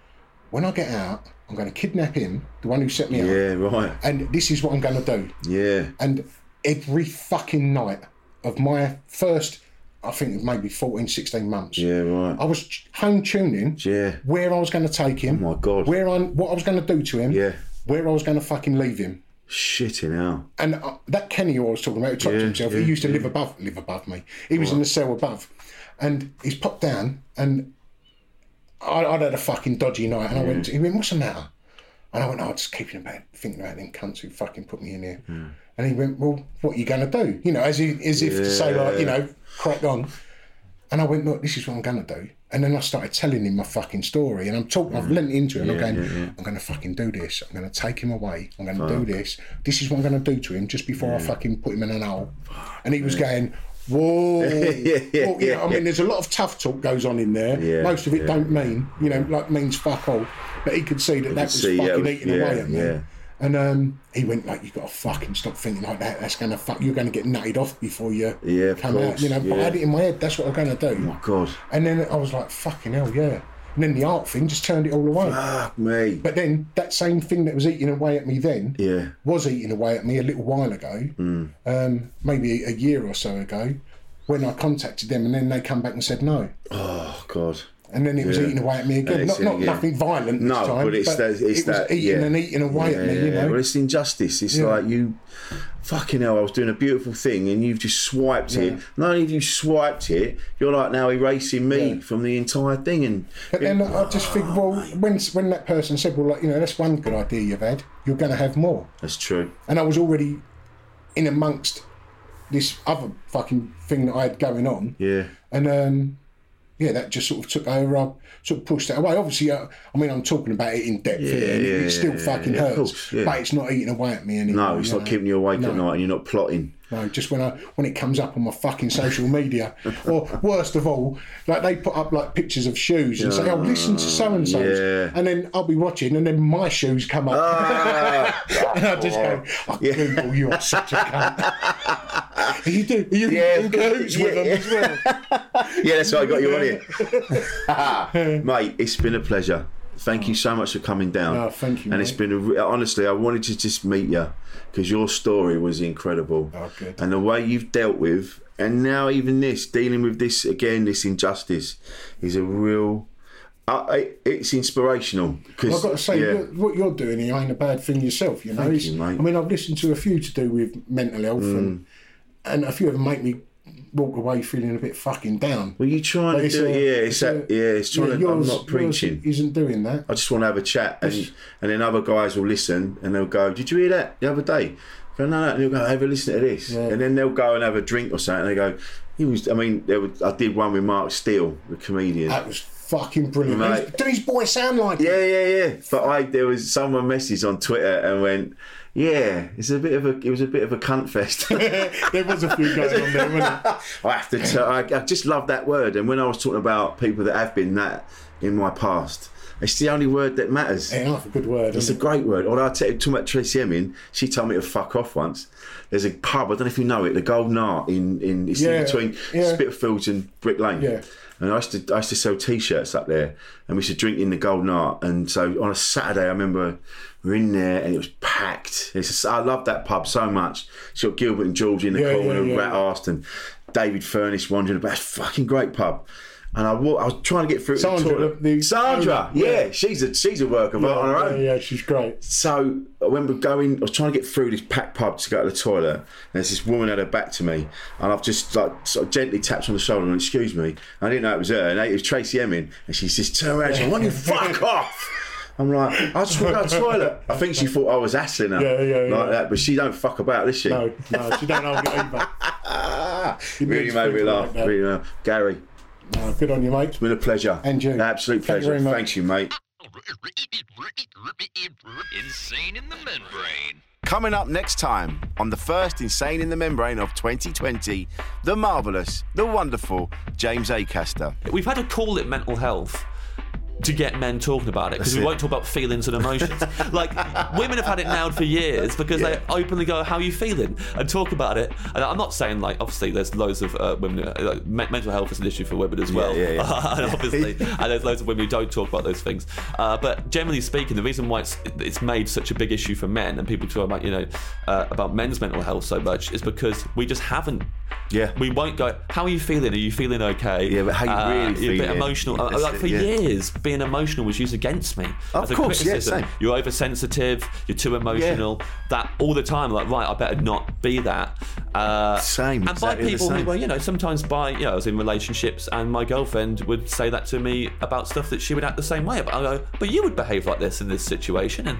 when I get out, I'm going to kidnap him, the one who set me
Yeah,
up.
right.
And this is what I'm going to do.
Yeah.
And every fucking night of my first, I think maybe 14, 16 months,
Yeah, right.
I was t- home tuning
Yeah.
where I was going to take him. Oh my
God.
Where I, what I was going to do to him.
Yeah.
Where I was going to fucking leave him.
Shitting hell.
And uh, that Kenny I was talking about, who touched
Yeah,
himself,
yeah,
he used to
yeah.
live above live above me. He was
Right.
in the cell above. And he's popped down and I, I'd had a fucking dodgy night and I went, he went, what's the matter? And I went, oh, just keeping about thinking about them cunts who fucking put me in here.
Hmm.
And he went, well, what are you going to do? You know, as if, as if to say, like, you
Yeah.
know, crack on. And I went, look, this is what I'm going to do. And then I started telling him my fucking story. And I'm talking, I've lent into it. And I'm
Hmm. Yeah,
going,
yeah, yeah.
I'm going to fucking do this. I'm going to take him away. I'm going to
Fuck.
do this. This is what I'm going to do to him just before I fucking put him in an hole. And he was going,
*laughs*
whoa.
Yeah, yeah,
Well, you know, I
yeah.
mean, there's a lot of tough talk goes on in there.
Yeah,
Most of it
yeah.
don't mean, you know, like means fuck all. But he could see that
You
that
could
was
see, yeah,
fucking
it was-
eating
yeah,
away at me.
yeah.
And um, he went like, "You got to fucking stop thinking like that. That's gonna fuck. You're gonna get nutted off before you
Yeah, of
come out."
course,
You know, but I
yeah.
had it in my head. That's what I'm gonna do.
My God.
And then I was like, fucking hell, yeah. And then the art thing just turned it all away.
Fuck me.
But then that same thing that was eating away at me then
Yeah. Mm.
was eating away at me a little while ago, um, maybe a year or so ago, when I contacted them and then they come back and said no.
Oh God.
And then it was
Yeah.
eating away at me
And
again.
it's
Not,
eating
not
again.
nothing violent
No,
this time,
but it's that. It's
it was
that,
eating
yeah.
and eating away
Yeah,
at me,
yeah,
you know.
Well, it's injustice. It's
Yeah.
like you, fucking hell. I was doing a beautiful thing, and you've just swiped
Yeah.
it. Not only have you swiped it, you're like now erasing me from the entire thing. And
But then I just think, well, when when that person said, well, like you know, that's one good idea you've had. You're going to have more.
that's true.
And I was already in amongst this other fucking thing that I had going on,
Yeah.
and um, yeah, that just sort of took over. I sort of pushed that away. Obviously, I, I mean, I'm talking about it in depth
Yeah,
here, and it-
yeah,
it still
yeah,
fucking
yeah, of
hurts,
course, yeah.
but it's not eating away at me anymore.
No, it's
you
not
know?
keeping you awake at
No.
night, and you're not plotting.
No, just when I when it comes up on my fucking social media, or worst of all, like they put up like pictures of shoes and say, "Oh, listen to so and so's,"
Yeah. Ah,
and then I'll be watching, and then my shoes come up, *laughs* Uh, and I just go, "I Google, you are such a
*laughs*
cunt." you do, you,
Yeah,
you goes with them as well.
*laughs* yeah, that's why I got you on here.
*laughs*
Mate, it's been a pleasure. Thank you so much for coming down.
Oh, thank you,
And it's
mate.
been a re- honestly, I wanted to just meet you because your story was incredible,
Oh, good.
and the way you've dealt with, and now even this dealing with this again, this injustice, is a real. I, I, it's inspirational
Well,
because
I've got to say, you're- what you're doing here ain't a bad thing yourself. You know,
Thank
It's-
you, mate. Mm.
I mean, I've listened to a few to do with mental health, and and a few of them make me walk away feeling a bit fucking down.
well, you're trying
But
to
it's
do
a-
it. Yeah, it's that. Yeah, it's trying
Yeah,
to.
yours-
I'm not
yours
preaching.
isn't doing that.
I just want to have a chat, and, and then other guys will listen and they'll go, "Did you hear that the other day?" I go, "No, no." And they'll go, "Have a listen to this," and then they'll go and have a drink or something. And they go, "He was." I mean, there was, I did one with Mark Steele, the comedian.
That was fucking brilliant.
Mate.
Did his boy sound like it?
yeah, yeah, yeah. But I there was someone messaged on Twitter and went, "Yeah, it's a bit of a it was a bit of a cunt fest." *laughs*
there was a few going on there, wasn't it?
I have to tell. I, I just love that word. And when I was talking about people that have been that in my past, it's the only word that matters.
Yeah, that's a good word.
It's
isn't
a great word. Although I tell you, talking about Tracy Emin, she told me to fuck off once. There's a pub, I don't know if you know it, the Golden Art in, in it's
Yeah,
in between
yeah.
Spitfields and Brick Lane.
Yeah.
And I used to I used to sell t-shirts up there, and we used to drink in the Golden Art. And so on a Saturday, I remember we were in there, and it was packed. It's just, I love that pub so much. It's got Gilbert and George in the
Yeah, yeah,
corner,
yeah.
Rat Arst and David Furnish wandering about. It's a fucking great pub. And I, wa- I was trying to get through to
Sandra,
the toilet.
the- the-
Sandra,
yeah.
yeah, she's a she's a work of
it?
art on her own.
yeah, yeah, she's great.
So I remember going, I was trying to get through this packed pub to go to the toilet, and there's this woman had her back to me, and I've just like sort of gently tapped on the shoulder and excuse me. I didn't know it was her, and it was Tracy Emin, and she's just turned around, and she's like, "Why don't you
*laughs*
fuck off?" I'm like, I just want to go to the toilet. I think she thought I was hassling her,
Yeah, yeah,
like
yeah.
that. But she don't fuck about, does she? *laughs*
No, no, she don't hold it either. She
really
needs
made me
people
laugh.
like that.
really, uh, Gary,
No, good on you, mate.
it's been a pleasure.
And you.
absolute
Thank you
pleasure.
very much.
Thank you, mate.
Insane in the membrane.
Coming up next time on the first Insane in the Membrane of 2020, the marvellous, the wonderful James Acaster.
We've had a call at mental health
to get men talking about it because
That's
we
it.
won't talk about feelings
*laughs*
and emotions. like women have had it now for years because they openly go, "How are you feeling?" and talk about it. And I'm not saying like obviously there's loads of uh, women. Uh, like, me- mental health is an issue for women as well,
yeah, yeah.
*laughs*
and *laughs* obviously, and there's loads of women who don't talk about those things. Uh, but generally speaking, the reason why it's it's made such a big issue for men and people talk about you know uh, about men's mental health so much is because we just haven't.
Yeah.
We won't go. How are you feeling? Are you feeling okay? Yeah,
but how you
A
really
bit
feeling?
emotional. Uh,
That's
like
it,
for
yeah.
years, being emotional was used against me.
Of
as a
course, yeah,
criticism.
same.
You're oversensitive. You're too emotional. That all the time. Like, right, I better not be that. Uh,
same.
And
exactly
by
the
people who
same.
were, you know, sometimes by, you know, I was in relationships, and my girlfriend would say that to me about stuff that she would act the same way. But I go, but you would behave like this in this situation, and.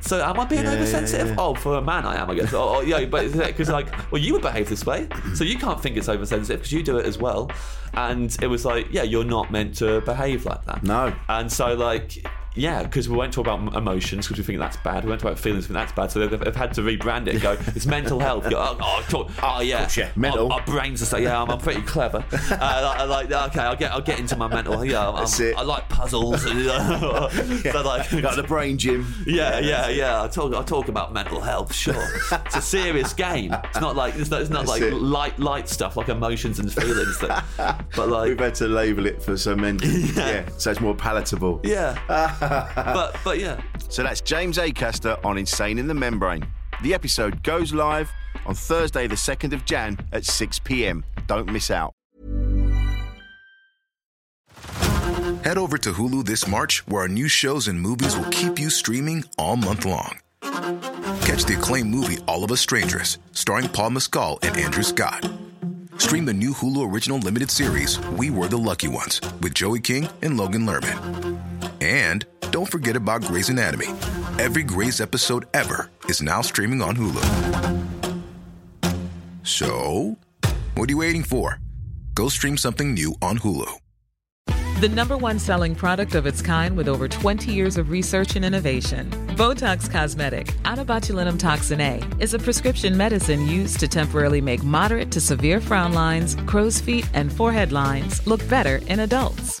So am I being
Yeah, yeah,
oversensitive?
yeah.
Oh, for a man I am, I guess. Oh, oh yeah, but because like, well, you would behave this way, so you can't think it's oversensitive because you do it as well. And it was like, yeah, you're not meant to behave like that.
No.
And so like, yeah, because we won't talk about m- emotions because we think that's bad. We won't talk about feelings, we think that's bad. So they've, they've had to rebrand it. and Go, it's mental health. Go, oh, oh, talk, oh yeah,
yeah, mental.
Our, our brains are so yeah. I'm, I'm pretty clever. Uh, like, I like, okay, I'll get I'll get into my mental. Yeah, I'm,
That's
I like puzzles. *laughs* so like,
Got the brain gym.
yeah, yeah, yeah. I talk, I talk about mental health. Sure, it's a serious game. It's not like it's not, it's not
That's
like
it.
light, light stuff like emotions and feelings. That, *laughs* but like
we've had to label it for
*laughs*
so many. yeah. so it's more palatable.
*laughs*
yeah, but but yeah.
So that's James Acaster on Insane in the Membrane. The episode goes live on Thursday, the 2nd of Jan at 6 pm. Don't miss out.
Head over to Hulu this March, where our new shows and movies will keep you streaming all month long. Catch the acclaimed movie All of Us Strangers, starring Paul Mescal and Andrew Scott. Stream the new Hulu original limited series We Were the Lucky Ones with Joey King and Logan Lerman. And don't forget about Grey's Anatomy. Every Grey's episode ever is now streaming on Hulu. So, what are you waiting for? Go stream something new on Hulu.
The number one selling product of its kind with over 20 years of research and innovation. Botox Cosmetic, out of botulinum toxin A, is a prescription medicine used to temporarily make moderate to severe frown lines, crow's feet, and forehead lines look better in adults.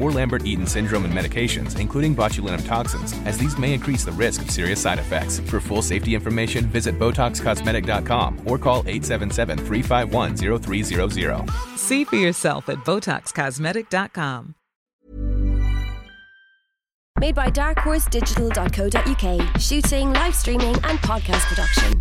or Lambert-Eaton syndrome and medications, including botulinum toxins, as these may increase the risk of serious side effects. For full safety information, visit BotoxCosmetic.com or call 877-351-0300.
See for yourself at BotoxCosmetic.com.
Made by darkhorsedigital.co.uk, shooting, live streaming, and podcast production.